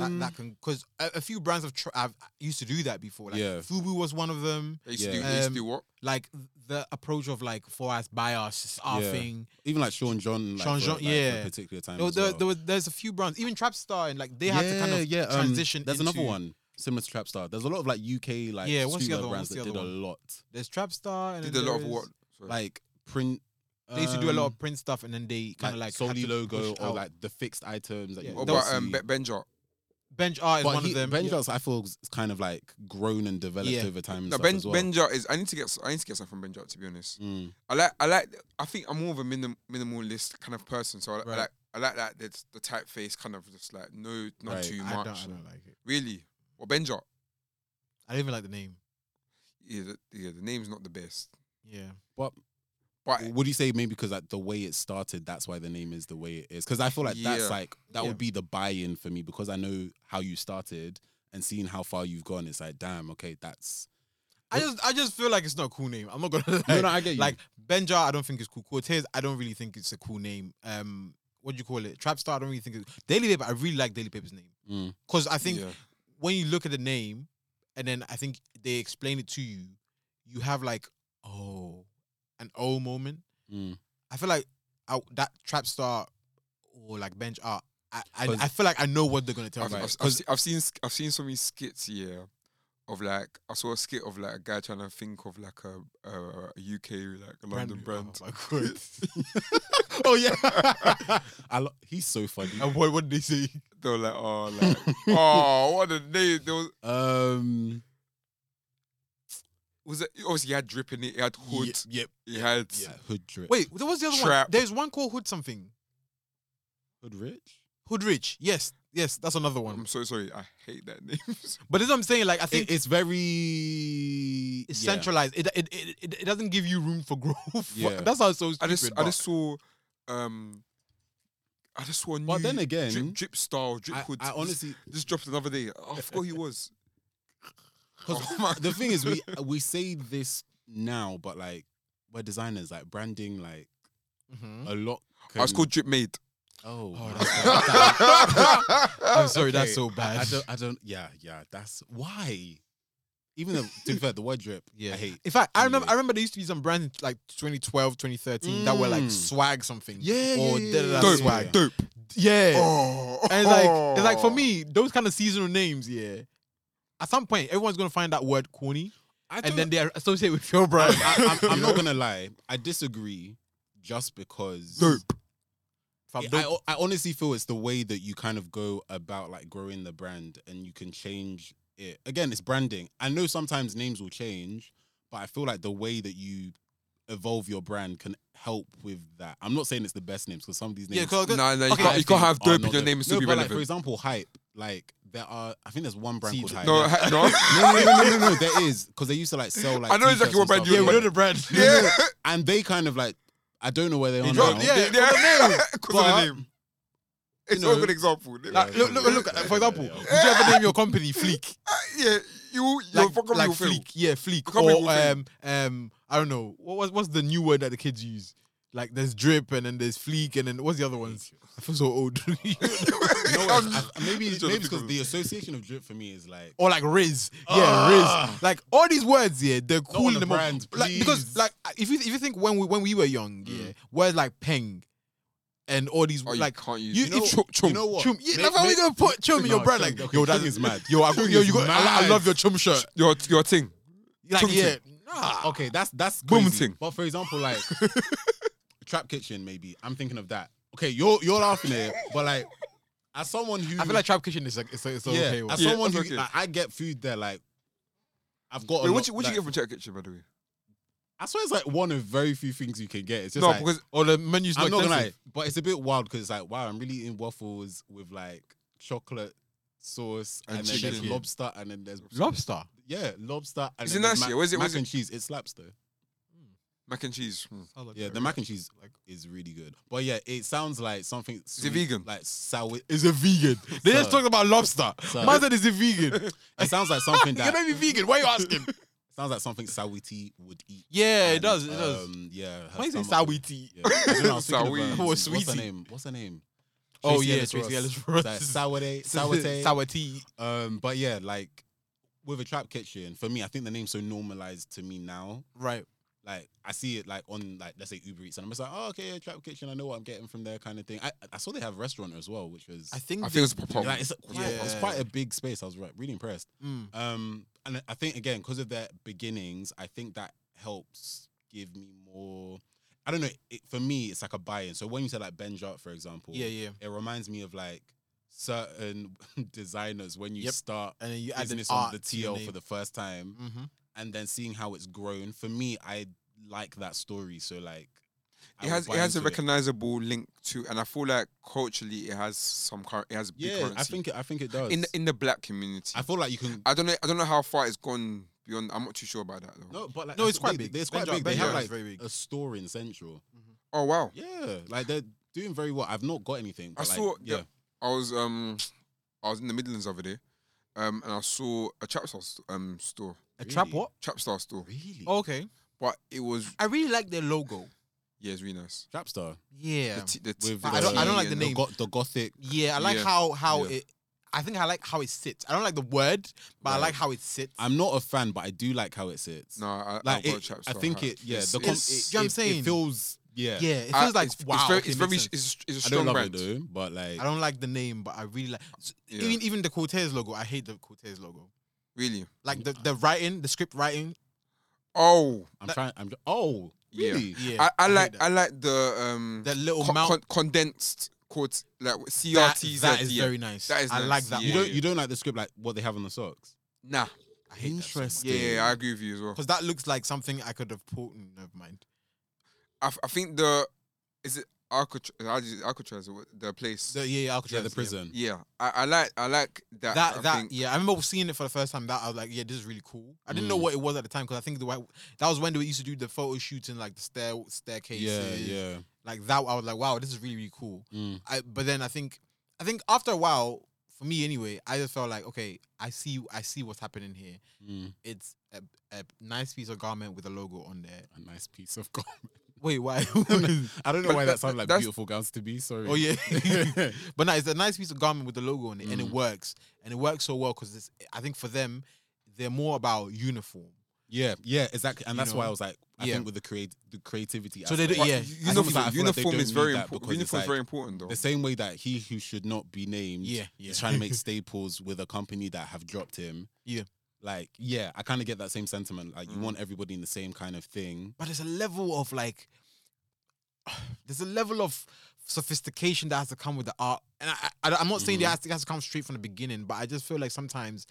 S2: that, Mm. that can? Because a, a few brands have, tr- have used to do that before. Like
S5: Yeah.
S2: Fubu was one of them.
S4: they used, to,
S5: Yeah.
S4: do, they used to
S2: Um,
S4: do what?
S2: like the approach of like for us by us it's our
S5: Yeah.
S2: thing
S5: even like Sean John, like,
S2: Sean
S5: for,
S2: John,
S5: like, for
S2: yeah.
S5: a particular time.
S2: there,
S5: as
S2: there,
S5: well.
S2: there was, there's a few brands even Trapstar and like they had to kind of
S5: yeah, um,
S2: transition
S5: there's another
S2: into-
S5: one similar to Trapstar. There's a lot of like UK like
S2: Yeah, what's the
S5: streetwear
S2: other one?
S5: brands
S2: What's the
S5: that did
S2: other
S5: a
S2: one?
S5: lot,
S2: there's Trapstar and
S4: Did a
S2: then
S4: lot of
S2: there's-
S4: what? Sorry.
S5: like print.
S2: they used to do a
S5: um,
S2: lot of print stuff and then they kind of like, had
S5: solely
S2: to
S5: logo
S2: push
S5: or
S2: out.
S5: like the fixed items that
S2: Yeah.
S5: you
S4: what
S2: there
S5: always
S4: about um,
S5: see.
S4: Be- Benja?
S2: Benj R is
S5: but
S2: one
S5: he,
S2: of them.
S5: Benja's, I feel, is kind of like grown and developed
S2: Yeah.
S5: over time. And
S4: No,
S5: stuff
S4: Ben
S5: as well.
S4: Benja is. I need to get. s- I need to get something from Benja to be honest.
S5: Mm.
S4: I like. I like. I think I'm more of a minim, minimalist kind of person. So I, I
S2: Right.
S4: like. I like that. That's the typeface kind of just like no, not
S5: Right.
S4: too
S2: I don't, I
S4: much.
S2: don't like it.
S4: Really. Well, Benja.
S2: I don't even like the name.
S4: Yeah, the, yeah. The name's not the best,
S2: Yeah.
S5: But
S4: but
S5: would you say maybe because like the way it started, that's why the name is the way it is? Because I feel like
S4: Yeah.
S5: that's like that
S2: Yeah.
S5: would be the buy-in for me because I know how you started and seeing how far you've gone. It's like, damn, okay, that's
S2: I just I just feel like it's not a cool name. I'm not gonna lie.
S5: no, no, I get you.
S2: like Benja, I don't think it's cool. Cortez, I don't really think it's a cool name. Um, what do you call it? Trapstar, I don't really think it's Daily Paper. I really like Daily Paper's name
S5: Mm.
S2: because I think
S4: yeah.
S2: when you look at the name, and then I think they explain it to you, you have like oh, an oh moment.
S5: Mm.
S2: I feel like I, that Trapstar or like Bench Art. I, I,
S5: 'Cause-
S2: I feel like I know what they're gonna tell
S4: I've,
S2: me.
S4: I've, I've, se- I've seen sk- I've seen so many skits here of like I saw a skit of like a guy trying to think of like a, a, a UK like a London brand.
S2: Oh my god!
S5: oh yeah, I lo- he's so funny.
S2: and what, what did they say?
S4: They were like oh like oh what a name. There was
S5: Um,
S4: was it obviously he had drip in it. He had hood.
S5: Yep. yep,
S4: He had
S5: yeah, hood drip.
S2: Wait, there was the other one.
S4: Trap.
S2: There's one called Hood something.
S5: hood rich.
S2: Hood Rich. Yes, yes, that's another one.
S4: I'm so sorry. I hate that name.
S2: But this is what I'm saying. Like I think
S5: It, it's very
S2: it's
S5: yeah.
S2: centralized. It, it it it it doesn't give you room for growth.
S5: Yeah.
S2: that's how it's so
S4: I
S2: stupid.
S4: just I
S2: but-
S4: just saw um I just saw a new
S5: But then
S4: drip,
S5: again,
S4: drip style drip
S5: I,
S4: hood.
S5: I honestly,
S4: just, just dropped another day. Oh, I forgot who he was. Oh my
S5: the thing is, we
S4: God.
S5: we say this now, but like we're designers, like branding, like
S2: Mhm.
S5: a lot.
S4: I was
S5: can-
S4: called drip made.
S5: Oh,
S2: Oh,
S5: wow.
S4: Oh,
S2: that's I'm sorry, that's
S5: Okay,
S2: so
S5: I,
S2: bad.
S5: I don't. I don't. Yeah, yeah. That's why. Even though, to be fair, the word drip,
S2: yeah.
S5: I hate.
S2: In fact, I remember
S5: Anyway.
S2: I remember there used to be some brands in, like 2012, 2013 that were like
S5: Mm.
S2: swag something.
S5: Yeah, yeah,
S2: Or
S5: yeah,
S2: da-da-da
S5: yeah,
S4: dope,
S5: yeah,
S2: swag.
S5: yeah.
S4: dope.
S2: Yeah.
S4: Oh.
S2: And it's like it's like for me, those kind of seasonal names, yeah. At some point, everyone's gonna find that word corny,
S5: I
S2: and
S5: don't-
S2: then they are associated with your brand.
S5: I, I'm, I'm not gonna lie. I disagree, just because.
S4: dope.
S2: If I'm
S5: Yeah,
S2: dope-
S5: I, I honestly feel it's the way that you kind of go about like growing the brand and you can change it. Again, it's branding. I know sometimes names will change, but I feel like the way that you evolve your brand can help with that. I'm not saying it's the best names because some of these names
S2: yeah, cause,
S4: No,
S2: 'cause-
S4: no, you
S2: okay,
S4: can't,
S2: I
S4: you can't
S5: think
S4: have
S5: are
S4: dope in
S5: not
S4: your
S5: dope.
S4: name and still
S5: no,
S4: be
S5: but like, for
S4: relevant.
S5: example, hype. Like there are, I think there's one brand called
S2: Seed.
S5: hype.
S4: no,
S5: Yeah.
S4: ha-
S5: no,
S4: no.
S5: no, no, no, no, no, There is because they used to like sell like.
S4: I know exactly
S5: t-shirts and
S4: what brand
S5: stuff,
S4: you're
S2: yeah, we
S4: but-
S2: know the brand.
S4: yeah,
S5: And they kind of like, I don't know where they are
S2: dropped-
S5: now.
S2: yeah,
S4: yeah, yeah. Because of the
S5: but-
S4: name. It's
S5: know,
S4: not a good example.
S2: Like, look, look, look.
S5: yeah,
S2: for
S5: yeah,
S2: example,
S5: yeah.
S2: would you ever name your company Fleek?
S4: Uh, yeah, you, your
S2: Like,
S4: fucking
S2: like
S4: will fail.
S2: Fleek, yeah, Fleek.
S4: company
S2: Or
S4: will fail.
S2: um, um, I don't know. What was what's the new word that the kids use? Like there's drip and then there's Fleek and then what's the other ones? I feel so old.
S5: No, it's- I- maybe
S4: It's
S5: it's
S4: just
S5: maybe because
S4: because-
S5: the association of drip for me is like
S2: or like Riz, yeah,
S5: Ah.
S2: Riz. Like all these words, yeah, they're cool
S5: on
S2: in
S5: the
S2: the moment.
S5: brand,
S2: Like, because
S5: please. Mm.
S2: like if you if you think when we when we were young, yeah, words like peng and all these
S4: Oh, you
S2: like
S4: can't use
S2: you-
S4: you
S2: if-
S4: know, chum, chum.
S5: you know what?
S2: Chum, yeah,
S5: May-
S2: like, how we
S5: may-
S2: gonna put chum in
S5: No,
S2: your brand?
S5: chum-
S2: Like,
S5: okay,
S2: yo,
S5: chum
S2: that
S5: is mad.
S2: Yo, I,
S5: Chum
S2: yo,
S5: is
S2: you got. I, I
S5: mad.
S2: love your chum shirt.
S4: your, your thing.
S2: Like,
S4: Chum
S2: yeah,
S4: thing.
S2: nah.
S5: okay, that's that's
S4: Boom
S5: crazy.
S4: thing.
S5: But for example, like trap kitchen, maybe I'm thinking of that. Okay, you're you're laughing at it, but like as someone who
S2: I feel like trap kitchen is like it's, it's
S5: yeah,
S2: okay.
S5: as
S4: Yeah,
S5: someone
S4: that's
S5: who
S4: okay.
S5: like, I get food there, like I've got. a
S4: Wait,
S5: lot,
S4: what you, what
S5: like,
S4: you get from Chat Kitchen, by the way?
S5: I swear it's like one of very few things you can get. It's just
S4: No,
S5: like,
S4: because
S2: Or the menu's
S5: I'm
S2: not
S5: not gonna lie,
S2: expensive.
S5: but it's a bit wild because like wow, I'm really eating waffles with like chocolate sauce
S4: And
S5: and, then there's
S4: chicken.
S5: lobster and then there's
S2: Lobster.
S5: yeah lobster and
S4: Is
S5: then
S4: it
S5: there's
S4: nasty?
S5: mac-
S4: Or is it-
S5: mac
S4: was it-
S5: and cheese. It slaps though.
S4: mac and cheese. Hmm.
S5: Yeah, the mac and cheese is really good. But yeah, it sounds like something. Sweet,
S4: vegan?
S5: Like sour.
S2: is a vegan. They just
S5: Sir.
S2: talked about lobster.
S5: Sir.
S2: Mazda is a vegan.
S5: It sounds like something
S2: You're
S5: that
S2: not even vegan. Why are you asking?
S5: sounds like something Sawiti would eat.
S2: Yeah, it
S5: And,
S2: does. It does.
S5: Um, yeah. her
S2: Why is it
S5: stomach would-
S2: Sawiti?
S5: Yeah. I don't know, I was thinking of,
S4: Sawiti.
S5: um,
S2: Or
S5: What's her
S2: sweetie.
S5: name? What's her name?
S2: Oh,
S5: Tracy
S2: yeah,
S5: Ellis
S2: Tracy
S5: Ross.
S2: Ellis Ross.
S5: It's Like Sawade, Sawate.
S2: Sour tea.
S5: Um, but yeah, like with a trap kitchen, for me, I think the name's so normalized to me now.
S2: Right.
S5: Like I see it like on like let's say Uber Eats, and I'm just like, oh okay, yeah, trap kitchen. I know what I'm getting from there, kind of thing. I, I saw they have restaurant as well, which was
S2: I think.
S4: I
S2: they-
S4: think it's a pop
S5: like it's quite, it's
S2: Yeah.
S5: quite a big space. I was like, really impressed.
S2: Mm.
S5: Um, and I think again because of their beginnings, I think that helps give me more. I don't know. It, for me, it's like a buy-in. So when you said like Ben Jart, for example,
S2: Yeah, yeah.
S5: it reminds me of like certain designers when you
S2: Yep.
S5: start
S2: and then you add an
S5: business on
S2: art
S5: the
S2: to your
S5: TL
S2: name.
S5: for the first time
S2: Mhm.
S5: and then seeing how it's grown. For me, I like that story. So like, I
S4: It
S5: would
S4: has
S5: buy
S4: it has a
S5: into
S4: recognizable link to, and I feel like culturally it has some current. It has big
S5: Yeah,
S4: currency.
S5: I think it, I think it does.
S4: in the, in the black community,
S5: I feel like you can.
S4: I don't know. I don't know how far it's gone beyond. I'm not too sure about that though.
S5: No, but like
S2: No,
S5: I
S2: it's
S5: th-
S2: quite
S5: they-
S2: big.
S5: They, it's quite
S2: Benjamin-
S5: big. They have
S2: Benjamin's
S5: like
S2: very big.
S5: a store in Central.
S4: Oh wow!
S5: Yeah, like they're doing very well. I've not got anything.
S4: I
S5: but, like,
S4: saw-
S5: Yeah,
S4: yeah. I was um, I was in the Midlands the other day, um, and I saw a Chapstar st- um store,
S2: a trap
S5: Really?
S2: what?
S4: Chapstar store,
S5: really.
S2: Oh, okay,
S4: but it was
S2: I really like their logo.
S4: yeah, it's really nice.
S5: Trapstar.
S2: Yeah,
S4: The t- the t-
S5: With uh,
S2: I don't- I don't like the
S4: and
S2: name.
S5: Got the gothic.
S2: yeah. I like
S4: Yeah.
S2: how how
S4: Yeah.
S2: it. I think I like how it sits. I don't like the word, but I
S5: Right.
S2: like how it sits.
S5: I'm not a fan, but I do like how it sits.
S4: No, I,
S5: like
S4: I,
S5: it,
S4: got
S5: I
S4: Chapstar.
S5: think it. Yeah, the comp,
S2: it's-
S5: it,
S2: you know what I'm
S5: it- it
S2: saying?
S5: feels. Yeah,
S2: yeah, it feels
S4: I-
S2: like
S4: it's,
S2: wow.
S4: It's very,
S2: okay,
S4: it's, very
S2: makes
S4: sh-
S2: sense.
S4: it's, a- it's a
S5: I
S4: strong
S5: don't love
S4: brand.
S5: it though, but like,
S2: I don't like the name, but I really like s-
S4: Yeah.
S2: even even the Cortez logo. I hate the Cortez logo.
S4: Really?
S2: Like the, the writing, the script writing.
S4: Oh,
S5: I'm trying. I'm. Oh,
S4: Yeah.
S5: really?
S2: Yeah,
S4: I, I
S2: hate
S4: like
S2: that.
S4: I like the um
S2: that little
S4: con-
S2: mount.
S4: con- E condensed quote like
S2: that-
S4: CRTs.
S2: that is very nice.
S4: That is
S2: I
S4: nice.
S2: like that.
S5: You
S4: Yeah.
S5: don't. You don't like the script, like what they have on the socks.
S4: nah.
S2: I hate
S5: Interesting.
S4: Yeah, yeah, I agree with you as well.
S2: Because that looks like something I could have pulled. mm, Never mind.
S4: I, f- I think the is it Alcatraz? Alcatraz, or what- the place.
S2: So yeah, yeah,
S5: Yeah,
S2: Alcatraz,
S5: the prison.
S4: yeah, I, I like I like that.
S2: That
S4: I
S2: that
S4: think-
S2: yeah, I remember seeing it for the first time. That I was like, yeah, this is really cool. I didn't know what it was at the time because I think the white that was when they used to do the photo shoots in like the stair staircases.
S5: Yeah, yeah.
S2: Like that, I was like, wow, this is really really cool.
S5: Mm.
S2: I but then I think I think after a while, for me anyway, I just felt like okay, I see I see what's happening here.
S5: Mm.
S2: It's a, a nice piece of garment with a logo on there.
S5: A nice piece of gold.
S2: Wait, why?
S5: I don't know
S4: But
S5: why
S4: that-
S5: that sounds like
S4: that's-
S5: beautiful guns to be. Sorry.
S2: oh yeah, but no, it's a nice piece of garment with the logo on it, and it
S5: Mm.
S2: works, and it works so well because it's. I think for them, they're more about uniform.
S5: yeah, yeah, exactly. And
S2: You
S5: that's why
S2: know?
S5: I was like, I
S2: Yeah.
S5: think with the create the creativity.
S2: So they
S5: aspect,
S2: don't- yeah.
S4: but
S2: I
S5: almost like- I
S4: Uniform,
S5: feel like they
S4: uniform is
S5: don't need
S4: very
S5: that
S4: important.
S5: because it's
S4: Uniform is
S5: like-
S4: very important though.
S5: The same way that he who should not be named
S2: Yeah,
S5: is
S2: yeah.
S5: trying to make staples with a company that have dropped him.
S2: Yeah.
S5: Like, yeah, I kind of get that same sentiment. Like, you
S4: Mm.
S5: want everybody in the same kind of thing.
S2: But there's a level of like, there's a level of sophistication that has to come with the art, and I, I I'm not saying it
S5: Mhm.
S2: has to, it has to come straight from the beginning, but I just feel like sometimes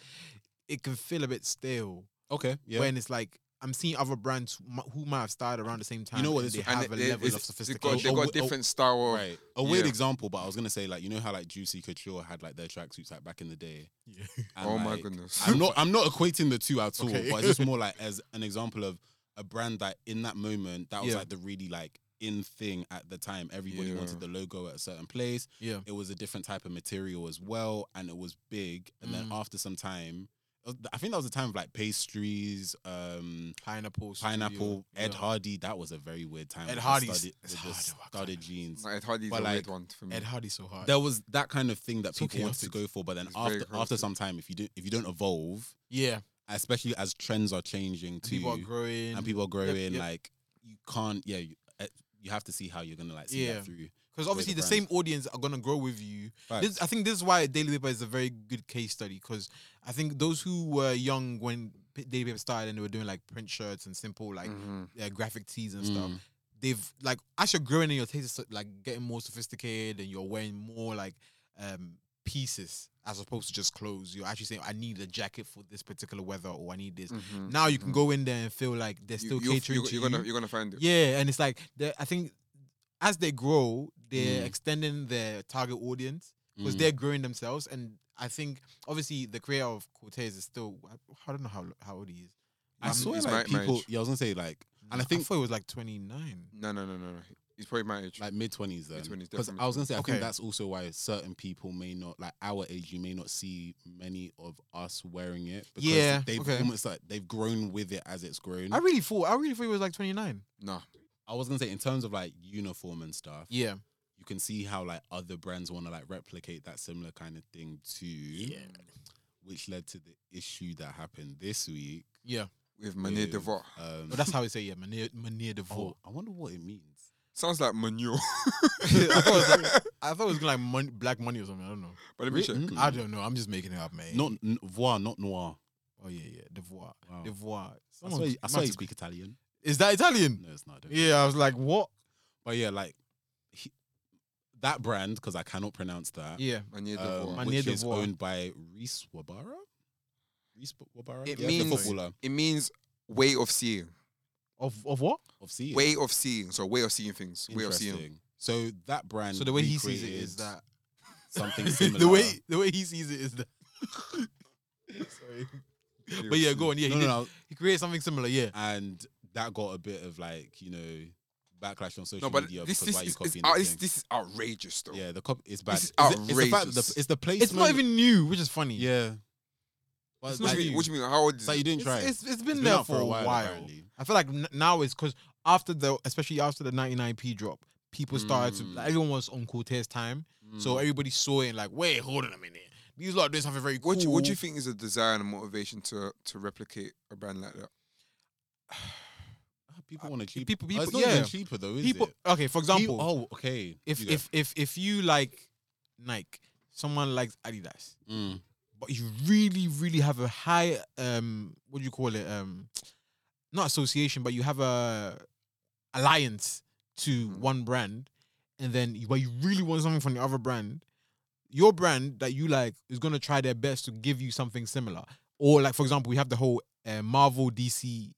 S2: it can feel a bit stale
S5: Okay. Yeah.
S2: when it's like. I'm seeing other brands who mi- who might have started around the same time.
S5: know what,
S2: and
S5: this
S2: They
S5: was-
S4: And
S2: have a
S4: it- it-
S2: level of
S4: it's- they've got,
S2: sophistication.
S4: they've got
S5: Oh, oh,
S4: different style. Of,
S5: right. A weird
S4: yeah.
S5: example, but I was gonna say like, you know how like Juicy Couture had like their tracksuits like back in the day.
S2: Yeah.
S5: And,
S4: Oh my
S5: like,
S4: goodness.
S5: I'm not I'm not equating the two at all,
S2: Okay.
S5: but it's just more like as an example of a brand that in that moment that was
S2: Yeah.
S5: like the really like in thing at the time. Everybody
S4: Yeah.
S5: wanted the logo at a certain place.
S2: Yeah.
S5: It was a different type of material as well, and it was big. And then
S2: Mm.
S5: after some time, uh, I think that was the time of like pastries, um,
S2: Pineapple. studio,
S5: pineapple, Ed
S2: yeah.
S5: Hardy. That was a very weird time. with
S2: Ed
S5: the
S2: Hardy's-
S5: studded- with
S2: it's
S5: the
S2: hard to work on
S5: studded
S2: it.
S5: jeans.
S4: Like, Hardy's
S5: But
S4: a
S5: like,
S4: weird one for me.
S2: Ed Hardy's so hard.
S5: There was Mm. that kind of thing that
S2: So
S5: people wanted to go
S2: chaotic.
S5: for, but then
S4: It's very
S5: after after
S4: chaotic.
S5: some time, if you do if you don't evolve,
S2: yeah.
S5: especially as trends are changing
S2: and
S5: too,
S2: people are growing
S5: and people are growing.
S2: yep.
S5: Like you can't, yeah, you, eh, you have to see how you're gonna like see
S2: Yeah.
S5: that through.
S2: because
S5: grow
S2: obviously
S5: the
S2: the, same
S5: brand.
S2: audience are gonna grow with you. This,
S5: Facts.
S2: I think this is why Daily Paper is a very good case study because I think those who were young when P- Daily Paper started and they were doing like print shirts and simple like
S4: Mhm.
S2: uh, graphic tees and stuff.
S5: Mm.
S2: They've like as you're growing and your taste is so- like getting more sophisticated and you're wearing more like um pieces as opposed to just clothes. You're actually saying I need a jacket for this particular weather or I need this.
S5: Mm.
S4: Mhm.
S2: Now you can
S4: Mhm.
S2: go in there and feel like they're
S4: You-
S2: still
S4: you'll-
S2: catering
S4: you're,
S2: to
S4: you're
S2: you.
S4: gonna you're gonna find it.
S2: Yeah, and it's like they're- I think as they grow, they're
S5: Mm.
S2: extending their target audience because
S5: Mm.
S2: they're growing themselves. And I think obviously the creator of Cortez is still I- I don't know how how old he is.
S5: I
S2: Um,
S5: saw
S4: he's
S5: like
S4: my- my
S5: people.
S4: age.
S5: Yeah, I was gonna say like, and I
S2: I
S5: think Mm.
S2: thought it was like twenty nine.
S4: No, no, no, no, no. He's probably my age.
S5: like mid twenties then,
S4: Mid-twenties,
S5: because
S4: definitely
S5: I was gonna say I
S2: Okay.
S5: think that's also why certain people may not like our age. You may not see many of us wearing it because
S2: Yeah,
S5: they've
S2: okay.
S5: almost like they've grown with it as it's grown.
S2: I really thought I really thought he was like twenty nine.
S4: nah,
S5: I was gonna say in terms of like uniform and stuff.
S2: Yeah,
S5: you can see how like other brands want to like replicate that similar kind of thing too. Yeah. Which led to the issue that happened this week.
S2: yeah.
S4: with Manir
S5: with,
S4: Devar.
S5: Um,
S2: But Oh, that's how I say yeah. Manir Manir Devore.
S5: oh, I wonder what it means.
S4: Sounds like manure,
S2: I, thought it was like, I thought it was gonna like money, black money or something. I don't know.
S4: but let me check.
S5: Written?
S2: I don't know. I'm just making it up, man.
S5: Not n- voir, not noir.
S2: Oh yeah, yeah. Devoir.
S5: Wow.
S2: Devoir.
S5: I swear, you- I swear you speak Italian.
S2: Is that Italian?
S5: No, it's not. I don't.
S2: Yeah, I was like, what?
S5: But yeah, like he, that brand because I cannot pronounce that.
S2: Yeah.
S4: Manier
S5: um,
S4: Devoir.
S2: Manier
S5: which is
S2: Devoir.
S5: owned by Reese Wabara. Reese Wabara,
S4: It
S5: yeah,
S4: means-
S5: the footballer
S4: It means way of seeing.
S2: Of of what?
S5: of seeing.
S4: Way of seeing. So way of seeing things. Way of seeing.
S5: Interesting. So that brand.
S2: So the way he sees it
S5: recreated
S2: is that
S5: something similar.
S2: the way the way he sees it is that. Sorry. But yeah, go on. Yeah,
S5: No,
S2: he,
S5: no,
S2: did-
S5: no.
S2: he created something similar. Yeah.
S5: And that got a bit of like you know backlash on social
S4: No, but
S5: media
S4: this,
S5: because
S4: this,
S5: why
S4: is,
S5: you
S4: is,
S5: copying
S4: out-
S5: the
S4: this,
S5: thing.
S4: this is outrageous, though.
S5: Yeah, the cop is bad.
S4: is
S5: It's the- It's the, fact that
S4: outrageous.
S5: the, it's the placement.
S2: It's not even new, which is funny.
S5: Yeah. But it's
S2: It's not
S4: What,
S5: like
S4: do you mean, what do you mean? How old is
S5: it's like you
S4: it?
S5: didn't
S2: It's,
S5: try. it.
S2: it's- it's been
S5: It's been
S2: there
S5: out
S2: for a while.
S5: apparently.
S2: I feel like n- now it's because after the, especially after the 99p drop, people started to,
S4: Mm.
S2: like, everyone was on Cortez time.
S5: Mm.
S2: So everybody saw it and like, wait, hold on a minute. These lot are doing something very cool.
S4: What, do you, what do you think is the desire and motivation to, to replicate a brand like that?
S5: Ah, people want to cheap.
S2: people-
S5: oh, it's
S2: people-
S5: not even
S2: yeah.
S5: cheaper though, is
S2: People,
S5: it?
S2: okay, for example,
S5: People- oh, okay.
S2: if,
S5: You go.
S2: if, if, if you like Nike, someone likes Adidas,
S5: Mm.
S2: but you really, really have a high, um, what do you call it? Um, not association, but you have a alliance to
S4: Mhm.
S2: one brand, and then you, but you really want something from the other brand. Your brand that you like is gonna try their best to give you something similar, or like for example, we have the whole uh, Marvel DC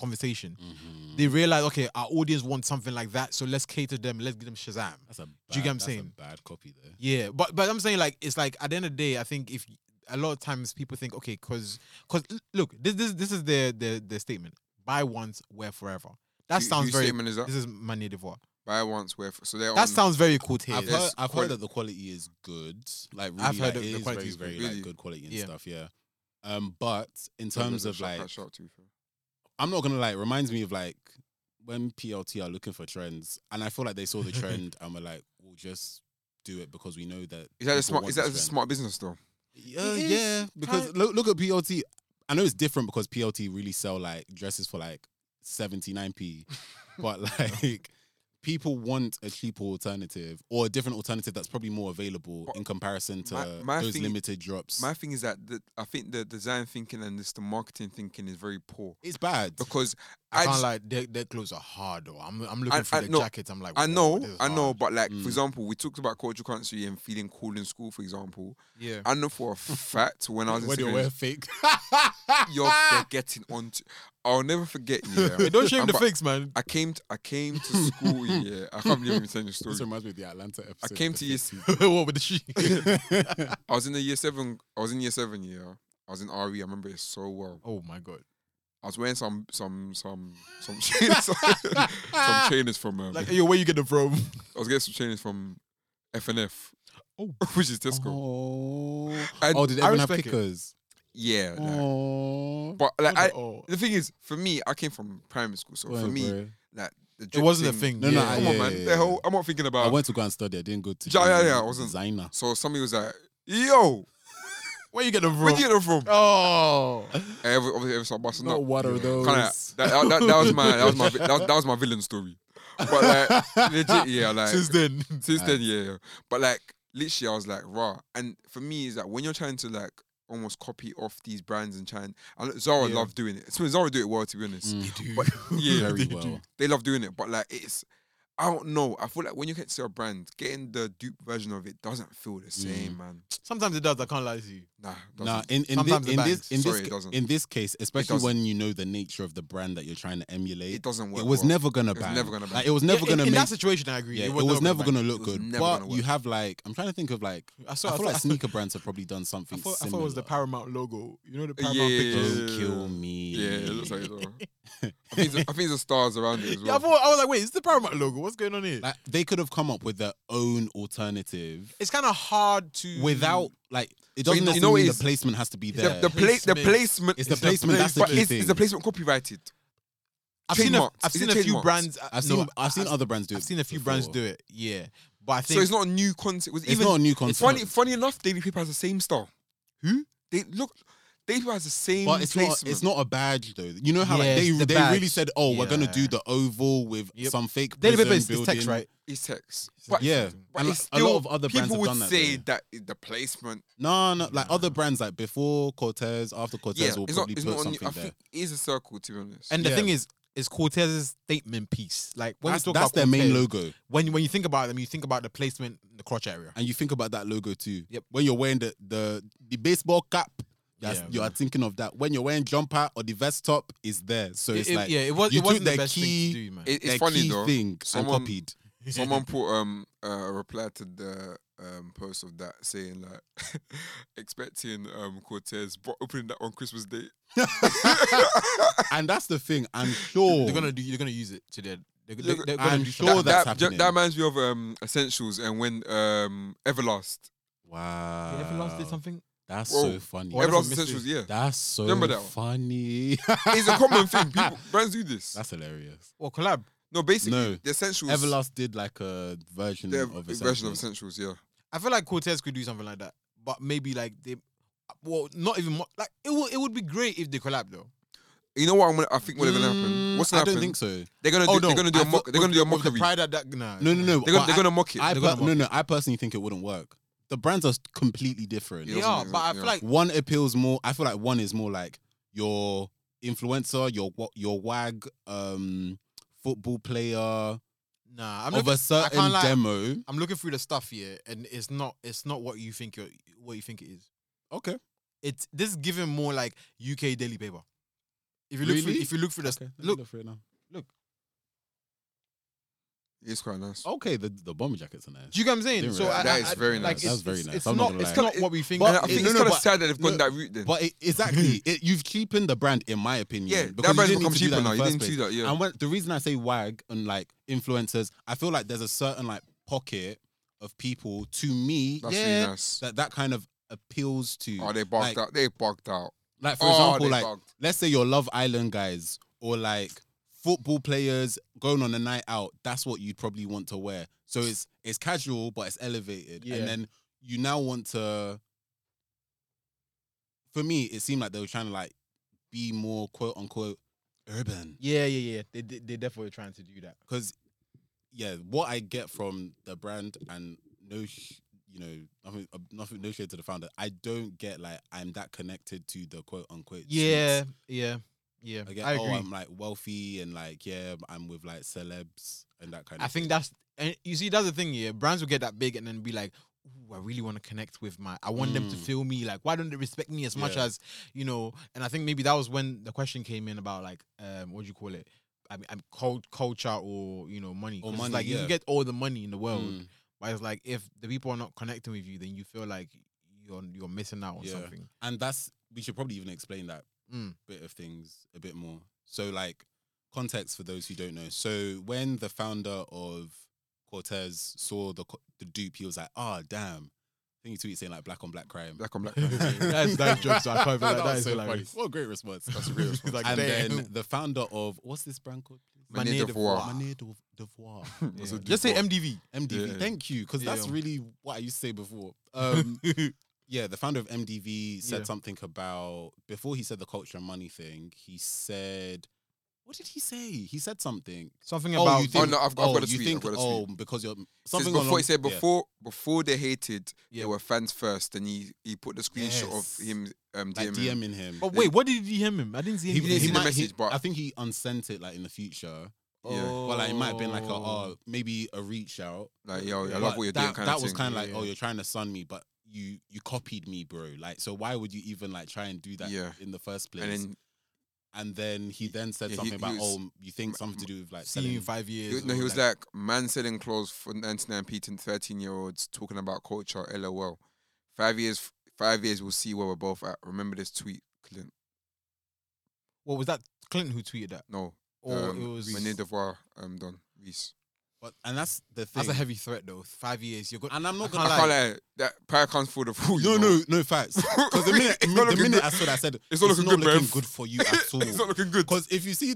S2: conversation.
S5: Mhm.
S2: They realize, okay, our audience wants something like that, so let's cater them. Let's give them Shazam.
S5: That's a bad,
S2: you get what I'm
S5: that's
S2: saying?
S5: A bad copy there.
S2: Yeah, but but I'm saying like it's like at the end of the day, I think if a lot of times people think okay, cause cause l- look this this this is their their their statement: buy once, wear forever. That
S4: Who-
S2: sounds
S4: whose
S2: very.
S4: statement is that?
S2: This is Manier Devoir.
S4: Buy once, wear for. So they're on-
S2: That sounds very cool. Here,
S5: I've
S4: there's
S5: heard, I've
S4: quali-
S5: heard that the quality is good. Like really,
S2: I've heard
S5: like,
S2: that
S5: it
S2: the
S5: is
S2: quality is
S5: very,
S2: good.
S5: very
S4: Really?
S5: like good quality and
S2: Yeah.
S5: stuff. Yeah. Um, but in terms of
S4: Shout out,
S5: like,
S4: shout out to you for-
S5: I'm not gonna lie. It reminds me of like when PLT are looking for trends, and I feel like they saw the trend and were like, "We'll just do it because we know that."
S4: Is that
S5: people
S4: a smart?
S5: want
S4: Is that a
S5: this trend."
S4: smart business though?
S5: Yeah,
S2: is
S5: yeah. Because
S2: kind-
S5: look, look at PLT. I know it's different because PLT really sell like dresses for like seventy nine p, but like people want a cheaper alternative or a different alternative that's probably more available
S4: But
S5: in comparison to
S4: my- my
S5: those
S4: thing-
S5: limited drops.
S4: My thing is that the, I think the design thinking and this the marketing thinking is very poor
S5: it's bad.
S4: because
S2: I,
S4: I
S2: can't
S4: just-
S2: lie, their, their clothes are hard though. I'm I'm looking
S4: I-
S2: for
S4: I-
S2: the
S4: no,
S2: jackets. I'm like,
S4: I
S2: wow,
S4: know,
S2: this is
S4: I know,
S2: hard.
S4: but like
S5: Mm.
S4: for example, we talked about culture country and feeling cool in school. For example,
S2: Yeah,
S4: I know for a fact when I was in
S5: when you
S4: secondary,
S5: wear fake,
S4: you're they're getting on. To, I'll never forget you.
S2: Hey,
S4: Yeah.
S2: don't shame
S4: I'm
S2: the
S4: ba-
S2: fakes, man.
S4: I came. To, I came to school. Yeah, I can't believe I'm telling the story.
S5: this reminds me of the Atlanta episode.
S4: I came
S5: of
S4: to
S5: the
S4: year.
S5: fake
S2: what with the she?
S5: people.
S4: I was in the year seven. I was in year seven. Yeah, I was in RE. I remember it so well.
S2: oh my god,
S4: I was wearing some some some some trainers, some trainers from um,
S2: like yo, where you get them from?
S4: I was getting some trainers from FNF,
S2: Oh.
S4: which is Tesco.
S5: oh.
S4: And
S5: oh, did
S2: I
S5: everyone have
S2: respect it.
S5: kickers?
S4: yeah, like-
S5: Oh,
S4: but like I,
S2: oh,
S4: the thing is, for me, I came from primary school, so for
S5: Wait,
S4: me,
S5: bro.
S4: like the
S2: it
S4: drip
S2: wasn't a thing.
S5: No, no,
S2: yeah.
S5: I-
S4: Come on,
S5: yeah,
S4: man,
S5: yeah,
S4: the
S5: yeah.
S4: whole I'm not thinking
S5: I
S4: about.
S5: went to go and study. I didn't go to.
S4: um, Yeah, yeah,
S5: be
S4: yeah, I
S5: a
S4: wasn't-
S5: designer.
S4: so somebody was like, "Yo,
S2: where you get them from?
S4: where would you get them from?"
S2: Oh,
S4: Every, obviously, every start busting
S5: Not
S4: up.
S5: one of those.
S4: Kinda, that, that, that, that was my that was my vi- that was, that was my villain story, but like eh, legit, yeah, like
S2: since then,
S4: Since then, yeah, yeah. But like, literally, I was like, raw. And for me, is that when you're trying to like almost copy off these brands and trying, and Zara
S2: Yeah.
S4: love doing it. So Zara do it well, to be honest.
S5: Mm,
S4: But yeah,
S5: very
S4: they,
S5: well.
S4: they love doing it. But like, it's I don't know. I feel like when you get to a brand, getting the dupe version of it doesn't feel the same, man.
S2: sometimes it does. I can't lie to you.
S4: Nah, doesn't.
S5: Mm. Nah, in in
S2: Sometimes
S5: this
S2: it
S5: in
S2: bangs.
S5: this in
S4: Sorry,
S5: this
S4: it
S5: ca-
S4: doesn't.
S5: in this case, especially
S4: doesn't.
S5: when you know the nature of the brand that you're trying to emulate,
S4: it doesn't work.
S5: it was
S4: well.
S5: never gonna
S4: It was
S5: bang.
S4: never gonna
S5: Like
S4: bang.
S5: it was never
S2: Yeah, in,
S5: gonna
S2: in
S5: make.
S2: that situation, I agree.
S5: yeah, it was never
S2: bang.
S5: gonna look
S4: It was
S5: good.
S4: never
S5: But
S4: gonna
S5: you
S4: work.
S5: have like, I'm trying to think of like,
S2: I
S5: I
S2: saw. I,
S5: feel like
S2: saw,
S5: sneaker brands have probably done
S2: I
S5: something
S2: thought, I
S5: similar.
S2: thought it was the Paramount logo. You know the Paramount
S4: yeah, yeah,
S2: pictures.
S5: Don't kill me.
S4: Yeah, it looks like it. though. I think, the- I think the stars around it as
S2: Yeah, I,
S4: well.
S2: thought, I was like, wait, is this the Paramount logo? What's going on here?
S5: Like they could have come up with their own alternative
S2: it's kind of hard to
S5: without like it
S4: So you
S5: doesn't
S4: know- you know
S5: necessarily mean
S4: it's-
S5: the placement has to be there.
S4: the, the, pla- the
S2: Placement.
S4: placement.
S5: It's the
S2: It's the
S5: placement. That's the
S4: but
S5: key
S4: is,
S5: thing.
S4: is the placement copyrighted?
S2: I've seen a,
S4: trademarked.
S2: I've
S4: Is
S2: seen
S4: it
S2: a few
S4: trademarked?
S2: brands.
S5: I've seen
S2: no,
S5: I've seen
S2: I've,
S5: other brands do it.
S2: I've seen a few brands
S5: before.
S2: do it. Yeah, but I think
S4: So it's not a new concept. It was
S5: It's
S4: even
S5: not a new
S4: It's
S5: concept.
S4: funny, funny enough, Daily Paper has the same style.
S2: Who?
S4: They look. Daily Paper has the same
S5: But it's not,
S4: placement.
S5: it's not a badge though. You know how like
S2: Yeah,
S5: they,
S2: it's the
S5: they
S2: badge.
S5: really said, oh, we're gonna do
S2: Yeah.
S5: the oval with
S2: Yep.
S5: some fake
S2: Daily
S5: prison
S2: Paper is
S5: building.
S2: is text, right?
S4: It's text. But,
S5: Yeah,
S4: but
S5: and
S4: it's
S5: like,
S4: still,
S5: a lot of other brands
S4: people
S5: have
S4: would
S5: done that.
S4: say
S5: though.
S4: that i- the placement.
S5: No, no, like other brands like before Cortez, after Cortez
S4: Yeah,
S5: will
S4: it's not.
S5: probably
S4: It's
S5: put
S4: not. On,
S5: something
S4: I
S5: there.
S4: think it is a circle, to be honest.
S2: And the
S5: Yeah.
S2: thing is, is Cortez's statement piece. Like when
S5: that's
S2: we talk
S5: that's
S2: about
S5: their main
S2: Cortez,
S5: logo.
S2: When when you think about them, you think about the placement in the crotch area.
S5: And you think about that logo too.
S2: Yep.
S5: When you're wearing the the, the baseball cap, that's,
S2: Yeah,
S5: you are
S2: man.
S5: thinking of that. When you're wearing jumper or the vest top, is there. So it's
S2: It- it-
S5: like
S2: yeah, it was
S5: you
S2: it
S5: took
S2: wasn't
S5: their
S2: the best
S5: key-
S2: thing to do, man.
S4: It- it's
S5: their
S4: funny
S5: key
S4: though.
S5: thing
S4: someone-
S5: and copied.
S4: Someone put um a reply to the um post of that saying like expecting um Cortez but opening that on Christmas Day.
S5: and that's the thing. I'm sure.
S2: they're gonna do. They're gonna use it to their. They're, they're,
S4: Look,
S2: they're
S5: I'm
S2: gonna do
S5: sure
S4: that,
S2: something.
S5: that's
S4: that,
S5: happening.
S4: that reminds me of um Essentials and when um Everlast.
S5: wow.
S2: Did Everlast
S5: Uh,
S2: did something?
S5: That's
S4: Whoa.
S5: so funny.
S2: Or Everlast-
S4: Everlast
S2: missed it.
S4: Essentials, yeah.
S5: That's so
S4: Remember that one?
S5: funny.
S4: It's a common thing. People brands do this.
S5: that's hilarious.
S2: Or collab?
S4: No, basically
S5: No.
S4: the Essentials
S5: Everlast did like a version
S4: their
S5: of a
S4: version of Essentials, yeah.
S2: I feel like Cortez could do something like that, but maybe like they, well, not even more, like it would. It would be great if they collab though.
S4: You know what I'm gonna, I think what's gonna happen?
S5: Mm,
S4: What's gonna
S5: I
S4: happen?
S5: don't think so.
S4: They're gonna do
S5: Oh,
S4: they're
S5: no,
S4: gonna do
S5: I
S4: a mock
S5: thought-
S4: they're gonna do a
S2: With the
S4: mockery.
S2: pride at that, nah,
S5: No, no, no.
S4: They're gonna
S5: but
S4: they're gonna mock it.
S5: I, I
S2: they're
S5: per-
S2: gonna mock
S5: no, no. I personally think it wouldn't work. The brands are completely different.
S4: Yeah.
S2: They are, but I feel
S4: Yeah.
S2: like
S5: One appeals more. I feel like one is more like your influencer, your wa- your wag, um, football player
S2: nah. I'm
S5: of
S2: looking,
S5: a certain
S2: can't lie.
S5: demo.
S2: I'm looking through the stuff here, and it's not. It's not what you think. You're, what you think it is.
S5: Okay.
S2: It's this is giving more like UK daily paper. If you look,
S5: Really?
S2: through, if you look through the
S5: let me
S2: look,
S5: for it now.
S4: It's quite nice.
S5: Okay, the the bomber jackets are nice.
S2: do you get what I'm saying?
S5: Didn't
S2: So
S5: realize
S2: I,
S4: that.
S2: I-
S4: That is
S2: I-
S4: very
S2: like,
S4: nice.
S2: it's-
S5: That's very
S2: it's-
S5: nice.
S2: It's
S5: I'm not
S2: not.
S5: gonna
S2: It's
S5: lie.
S2: not what we think.
S4: And I
S5: But-
S4: think
S5: no,
S4: it's
S5: no,
S4: kind of
S5: but-
S4: sad that they've gone
S5: no,
S4: that route then.
S5: But it, exactly, it, you've cheapened the brand, in my opinion.
S4: yeah,
S5: because
S4: that
S5: you didn't
S4: brand's
S5: need
S4: become
S5: to do
S4: cheaper
S5: that in
S4: now.
S5: the
S4: You
S5: first
S4: didn't
S5: place.
S4: do that, yeah.
S5: And when, the reason I say wag and like influencers, I feel like there's a certain like pocket of people to me
S4: That's
S5: yeah,
S4: really nice.
S5: that that kind of appeals to.
S4: Oh, they bugged
S5: like,
S4: out. They bugged out.
S5: Like for
S4: Oh,
S5: example,
S4: they
S5: like
S4: bugged.
S5: let's say your Love Island guys or like football players going on a night out. That's what you'd probably want to wear. So it's it's casual, but it's elevated,
S2: Yeah.
S5: and then you now want to. For me, it seemed like they were trying to like be more quote unquote urban
S2: Yeah, yeah, yeah. They they they definitely trying to do that.
S5: because yeah, what I get from the brand and no, sh- you know, nothing, uh, nothing, no shade to the founder. I don't get like I'm that connected to the quote unquote. streets.
S2: Yeah, yeah, yeah.
S5: I get,
S2: I
S5: oh,
S2: agree.
S5: I'm like wealthy and like, yeah, I'm with like celebs and that kind of
S2: I think that's and you see that's the thing here. Brands will get that big and then be like, Ooh, I really want to connect with my I want them to
S5: Mm.
S2: feel me. Like, why don't they respect me as much
S5: Yeah.
S2: as you know? And I think maybe that was when the question came in about like um what do you call it? I mean I'm called culture or you know money.
S5: Or
S2: 'Cause it's
S5: money,
S2: like you
S5: yeah.
S2: can get all the money in the world.
S5: Mm.
S2: But it's like if the people are not connecting with you, then you feel like you're you're missing out on
S5: Yeah.
S2: something.
S5: And that's, we should probably even explain that
S2: Mm.
S5: bit of things a bit more. So, like, context for those who don't know. So, when the founder of Cortez saw the co- the dupe, he was like, ah, damn. I think he tweeted saying like black on black crime.
S4: Black on black.
S2: That's- that's jokes, I can't even lie, that
S5: was
S2: is
S5: so
S2: hilarious.
S5: funny. What a great response.
S2: That's a great
S5: It's like,
S2: response.
S5: and
S2: Damn.
S5: then the founder of, what's this brand called? please?
S4: Manet de
S2: Manet de
S4: Voir.
S2: Voir.
S5: Manet de Devoir.
S4: That's
S2: Yeah.
S4: what
S2: Just say
S4: Dubois-
S2: MDV.
S5: MDV.
S4: Yeah.
S5: Thank you, because that's
S2: Yeah.
S5: really what I used to say before. Um, yeah, the founder of MDV said
S2: Yeah.
S5: something about before he said the culture and money thing. He said, "What did he say? He said something
S2: Something about
S5: you
S4: Oh, no, I've- I've got a
S5: you
S4: tweet,
S5: think
S4: I've got a
S5: oh
S4: tweet.
S5: because you're
S4: Since
S5: something
S4: before
S5: along-
S4: he said
S5: yeah.
S4: before before they hated,
S2: Yeah.
S4: they were fans first, and he he put the screenshot
S5: Yes.
S4: of him um
S5: like
S4: DMing.
S5: DMing him.
S2: But wait, what did you hear him? I didn't see
S5: he,
S2: anything.
S5: he,
S4: see the
S5: might, he-
S4: message, but-
S5: I think he unsent it like in the future.
S4: Yeah.
S5: But like it might have been like a oh, maybe a reach out.
S4: Like yo, I
S5: But
S4: love what you're
S5: that,
S4: doing. Kind
S5: that
S4: of
S5: was
S4: thing.
S5: kind of like
S2: Yeah.
S5: oh, you're trying to sun me, but you you copied me, bro. Like so, why would you even like try and do that
S4: Yeah.
S5: in the first place?
S4: and then
S5: and then he then said
S4: Yeah, he-
S5: something
S4: he
S5: about
S4: was-
S5: oh you think something to do with like
S2: see you
S5: selling
S2: in five
S4: he,
S2: years.
S4: no, he
S2: or
S4: was like man selling clothes for 99p to 13 year olds talking about culture. LOL. Five years, five years, we'll see where we're both at. Remember this tweet, Clint?
S2: what was that? Clinton who tweeted that,
S4: No,
S2: or
S4: um,
S2: it was
S4: Manet Devoir, um, done Reese.
S5: but and that's the thing
S2: that's a heavy threat though. Five years, you're gonna.
S5: and I'm not
S2: I
S5: gonna
S4: I
S5: lie
S4: can't lie. That pair comes for the fool.
S5: no no no facts because the minute
S4: It's not
S5: the
S4: looking
S5: minute
S4: good.
S5: I saw that I said
S4: It's not looking good,
S5: looking
S4: bruv.
S5: good for you at
S4: it's not
S5: all
S4: looking good.
S5: because if you see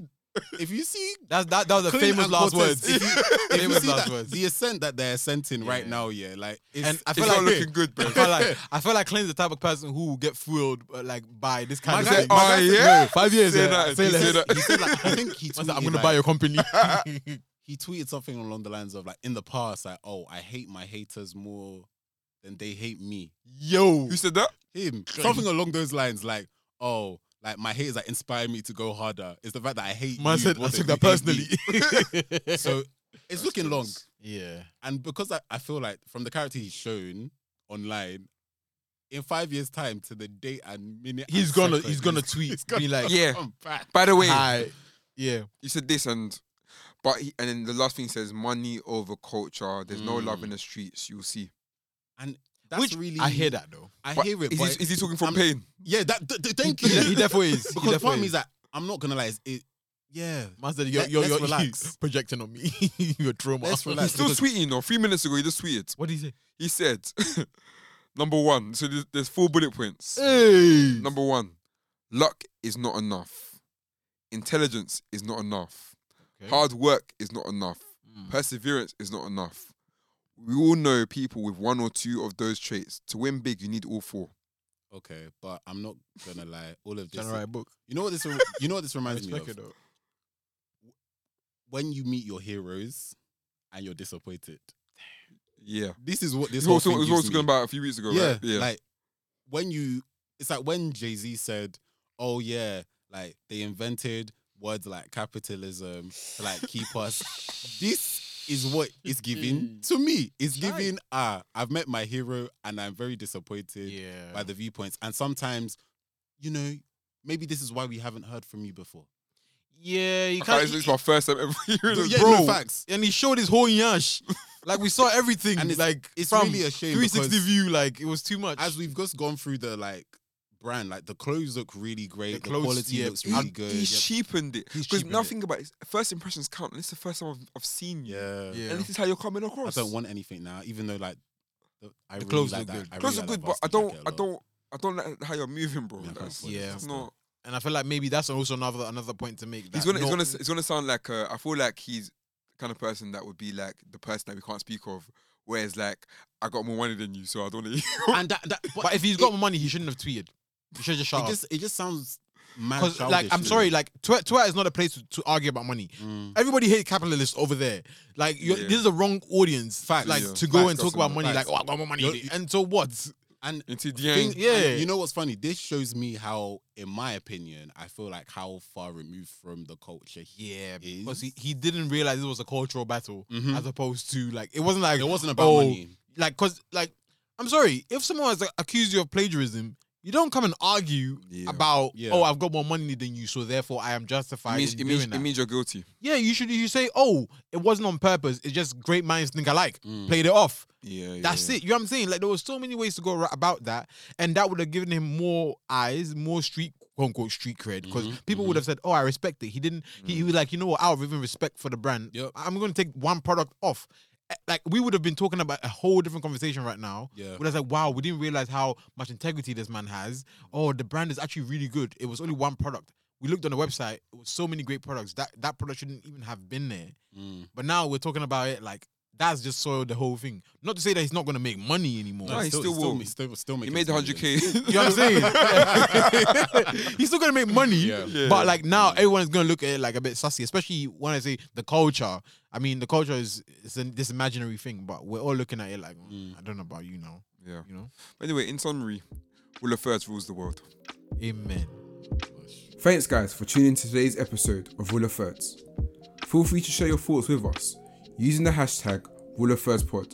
S5: if you see
S2: That's that. That was a
S5: Clint
S2: famous
S5: and
S2: last
S5: Cortez,
S2: words.
S5: if you- if you
S2: Famous
S5: see
S2: last
S5: that-
S2: words.
S5: the ascent that they're ascending right
S2: Yeah.
S5: now yeah like it's,
S2: And I
S5: it's
S2: feel
S5: not
S2: like-
S5: looking good
S2: I feel like I feel like Clint's the type of person who will get fueled uh, like by this kind
S5: My
S2: of
S5: guy-
S2: thing.
S5: oh,
S2: My guy said,
S4: yeah?
S2: "No, five years.
S4: Say
S2: yeah,
S4: that,
S2: say
S5: he
S4: say
S2: less."
S5: said,
S4: that.
S5: he said, like, I think he
S2: I
S5: tweeted,
S2: said, I'm gonna
S5: like,
S2: buy your company.
S5: he tweeted something along the lines of like in the past like oh I hate my haters more than they hate me
S2: Yo,
S4: Who said that?
S5: him something along those lines like oh like my haters that inspire me to go harder is the fact that I hate
S2: Man
S5: you
S2: said,
S5: more
S2: I
S5: than
S2: took that
S5: you hate me."
S2: personally.
S5: so it's
S4: That's
S5: looking long.
S4: close.
S2: yeah.
S5: And because I, I feel like from the character he's shown online, in five years' time to the date and minute,
S2: He's
S5: and
S2: gonna-
S5: second,
S2: he's gonna
S5: it's-
S2: tweet,
S5: it's
S2: be like-
S4: Yeah.
S5: come back.
S4: By the way,
S2: Hi. Yeah.
S4: you said this and but he, and then the last thing he says money over culture. There's no love in the streets. You'll see.
S5: That's
S2: Which
S5: really.
S2: I hear that though.
S5: I
S4: But
S5: hear it.
S4: Is,
S5: but
S4: he, is he talking from
S5: I'm-
S4: pain?
S5: yeah, that. th- th- thank
S2: He
S5: you.
S2: de- he definitely is. He
S5: Because
S2: definitely
S5: part of me
S2: is.
S5: is that I'm not gonna lie. It's, it, yeah,
S2: Man said, you're,
S5: Let-
S2: you're,
S5: let's
S2: you're
S5: relax.
S2: projecting on me your trauma.
S5: Let's
S4: He's
S5: relax.
S4: still
S5: uh, because-
S4: tweeting. Or three minutes ago, he just tweeted.
S2: What did he say?
S4: He said, number one. So there's, there's four bullet points.
S5: Eh.
S2: Hey.
S4: Number one, luck is not enough. Intelligence is not enough.
S5: Eh.
S2: Okay.
S4: Hard work is not enough.
S5: Hmm.
S4: Perseverance is not enough. We all know people with one or two of those traits. To win big, you need all four.
S5: Okay, but I'm not gonna lie. All of this.
S2: Trying to write a book.
S5: You know what this? re- You know what this reminds me
S2: Respect it
S5: of?
S2: though.
S5: When you meet your heroes, and you're disappointed.
S4: Yeah.
S5: This is what this
S4: This
S5: whole
S4: was also,
S5: thing
S4: it was
S5: gives
S4: also
S5: me.
S4: going about a few weeks ago,
S5: yeah,
S4: right? Yeah.
S5: Like when you, it's like when Jay Z said, "Oh yeah, like they invented words like capitalism to like keep us." this is what it's
S2: Mm.
S5: giving to me. It's giving. Ah, I've met my hero, and I'm very disappointed
S2: Yeah.
S5: by the viewpoints. And sometimes, you know, maybe this is why we haven't heard from you before.
S2: yeah, you
S4: I
S2: can't.
S4: can't- it's my first time ever hearing this.
S5: e yeah,
S4: bro.
S5: no facts.
S2: and he showed his whole yash. like we saw everything.
S5: And it's-
S2: like
S5: it's
S2: from
S5: really a shame
S2: 360
S5: because-
S2: view. Like it was too much.
S5: As we've just gone through the like brand, like the clothes look really great. The,
S2: clothes,
S5: quality
S2: yeah,
S5: looks
S2: he-
S5: really
S4: He,
S5: good.
S4: he
S5: Yep.
S4: cheapened it.
S5: He's
S4: Because
S5: cheapened
S4: nothing about it. First impressions count. And this is the first time I've, I've seen you.
S5: yeah.
S2: yeah.
S4: And this is how you're coming
S5: I
S4: across.
S5: don't want anything now, even though like the, I
S2: The
S5: really
S2: clothes
S5: like that.
S2: look good.
S5: I really
S4: Clothes are
S5: like
S4: good,
S5: that
S4: but I
S5: varsity
S4: don't,
S5: jacket a
S4: I
S5: lot.
S4: don't, I don't like how you're moving, bro.
S5: Yeah, I can't
S4: That's-
S5: afford
S2: it. Yeah.
S4: it's not.
S2: and I feel like maybe that's also another another point to make. That
S4: He's gonna, he's
S2: not-
S4: gonna, s- he's gonna sound like. Uh, I feel like he's the kind of person that would be like the person that we can't speak of. Whereas like, I got more money than you, so I don't. Need you.
S5: And that, that but,
S2: But if he's got more money, he shouldn't have tweeted. He should just shut
S5: it
S2: up.
S5: just it just sounds mad.
S2: Because like
S5: childish
S2: I'm
S5: to me.
S2: sorry, like Twitter, Twitter is not a place to, to argue about money.
S5: Mm.
S2: Everybody hate capitalists over there. Like you're,
S4: Yeah.
S2: this is the wrong audience.
S5: Facts.
S2: Like
S4: Yeah.
S2: to go
S5: Facts,
S2: and talk
S4: that's
S2: about
S4: another-
S2: money. Like
S5: facts.
S2: oh, I got more money.
S5: You're-
S2: than you." and so what?
S5: and
S4: Into the
S5: thing-
S4: end,
S2: Yeah.
S5: and you know what's funny? This shows me how, in my opinion, I feel like how far removed from the culture he
S2: Yeah,
S5: is.
S2: because he, he didn't realize it was a cultural battle
S5: Mhm.
S2: as opposed to like it wasn't like
S5: It wasn't about
S2: oh,
S5: money.
S2: Like because like I'm sorry if someone has like, accused you of plagiarism, you don't come and argue
S4: Yeah.
S2: about
S5: Yeah.
S2: oh I've got more money than you, so therefore I am
S4: it
S2: justified
S4: means,
S2: in
S4: it,
S2: doing
S4: means,
S2: that.
S4: it means you're guilty.
S2: yeah, you should you say oh it wasn't on purpose. It's just great minds think alike.
S5: Mm.
S2: Played it off.
S4: Yeah,
S2: That's it. You know what I'm saying? Like there was so many ways to go ra- about that, and that would have given him more eyes, more street quote unquote street cred, because
S4: Mm-hmm,
S5: Mhm,
S2: people would have said, "Oh, I respect it." He didn't.
S4: Mm.
S2: He, he was like, you know what? Out of even respect for the brand,
S5: Yep.
S2: I'm going to take one product off. Eh, Like we would have been talking about a whole different conversation right now.
S5: Yeah.
S2: But it's like, wow, we didn't realize how much integrity this man has. Oh, the brand is actually really good. It was only one product. We looked on the website. It was so many great products. That that product shouldn't even have been there.
S5: Mm.
S2: But now we're talking about it like that's just soiled the whole thing. Not to say that he's not gonna make money anymore.
S4: No, he
S5: still,
S4: still
S5: still,
S4: will.
S5: ma- still, still
S4: He
S5: making
S4: made the
S5: millions.
S4: hundred k.
S2: You know what I'm saying? he's still gonna make money.
S5: Yeah.
S4: Yeah.
S2: But like now everyone's gonna look at it like a bit sussy, especially when I say the culture. I mean the culture is it's an, this imaginary thing, but we're all looking at it like "Mm, I don't know about you now.
S4: Yeah.
S2: You know?
S4: Anyway, in summary, Will of Thirds rules the world.
S2: Amen.
S4: Thanks, guys, for tuning in to today's episode of Rule of Thirds. Feel free to share your thoughts with us using the hashtag Rule of Thirds Pod.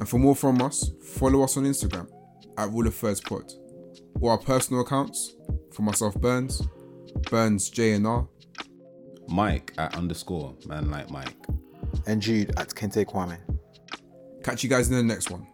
S4: And for more from us, follow us on Instagram at Rule of Thirds Pod or our personal accounts for myself, Burns, Burns JNR,
S1: Mike at underscore man like Mike.
S6: and Jude at Kente Kwame.
S4: Catch you guys in the next one.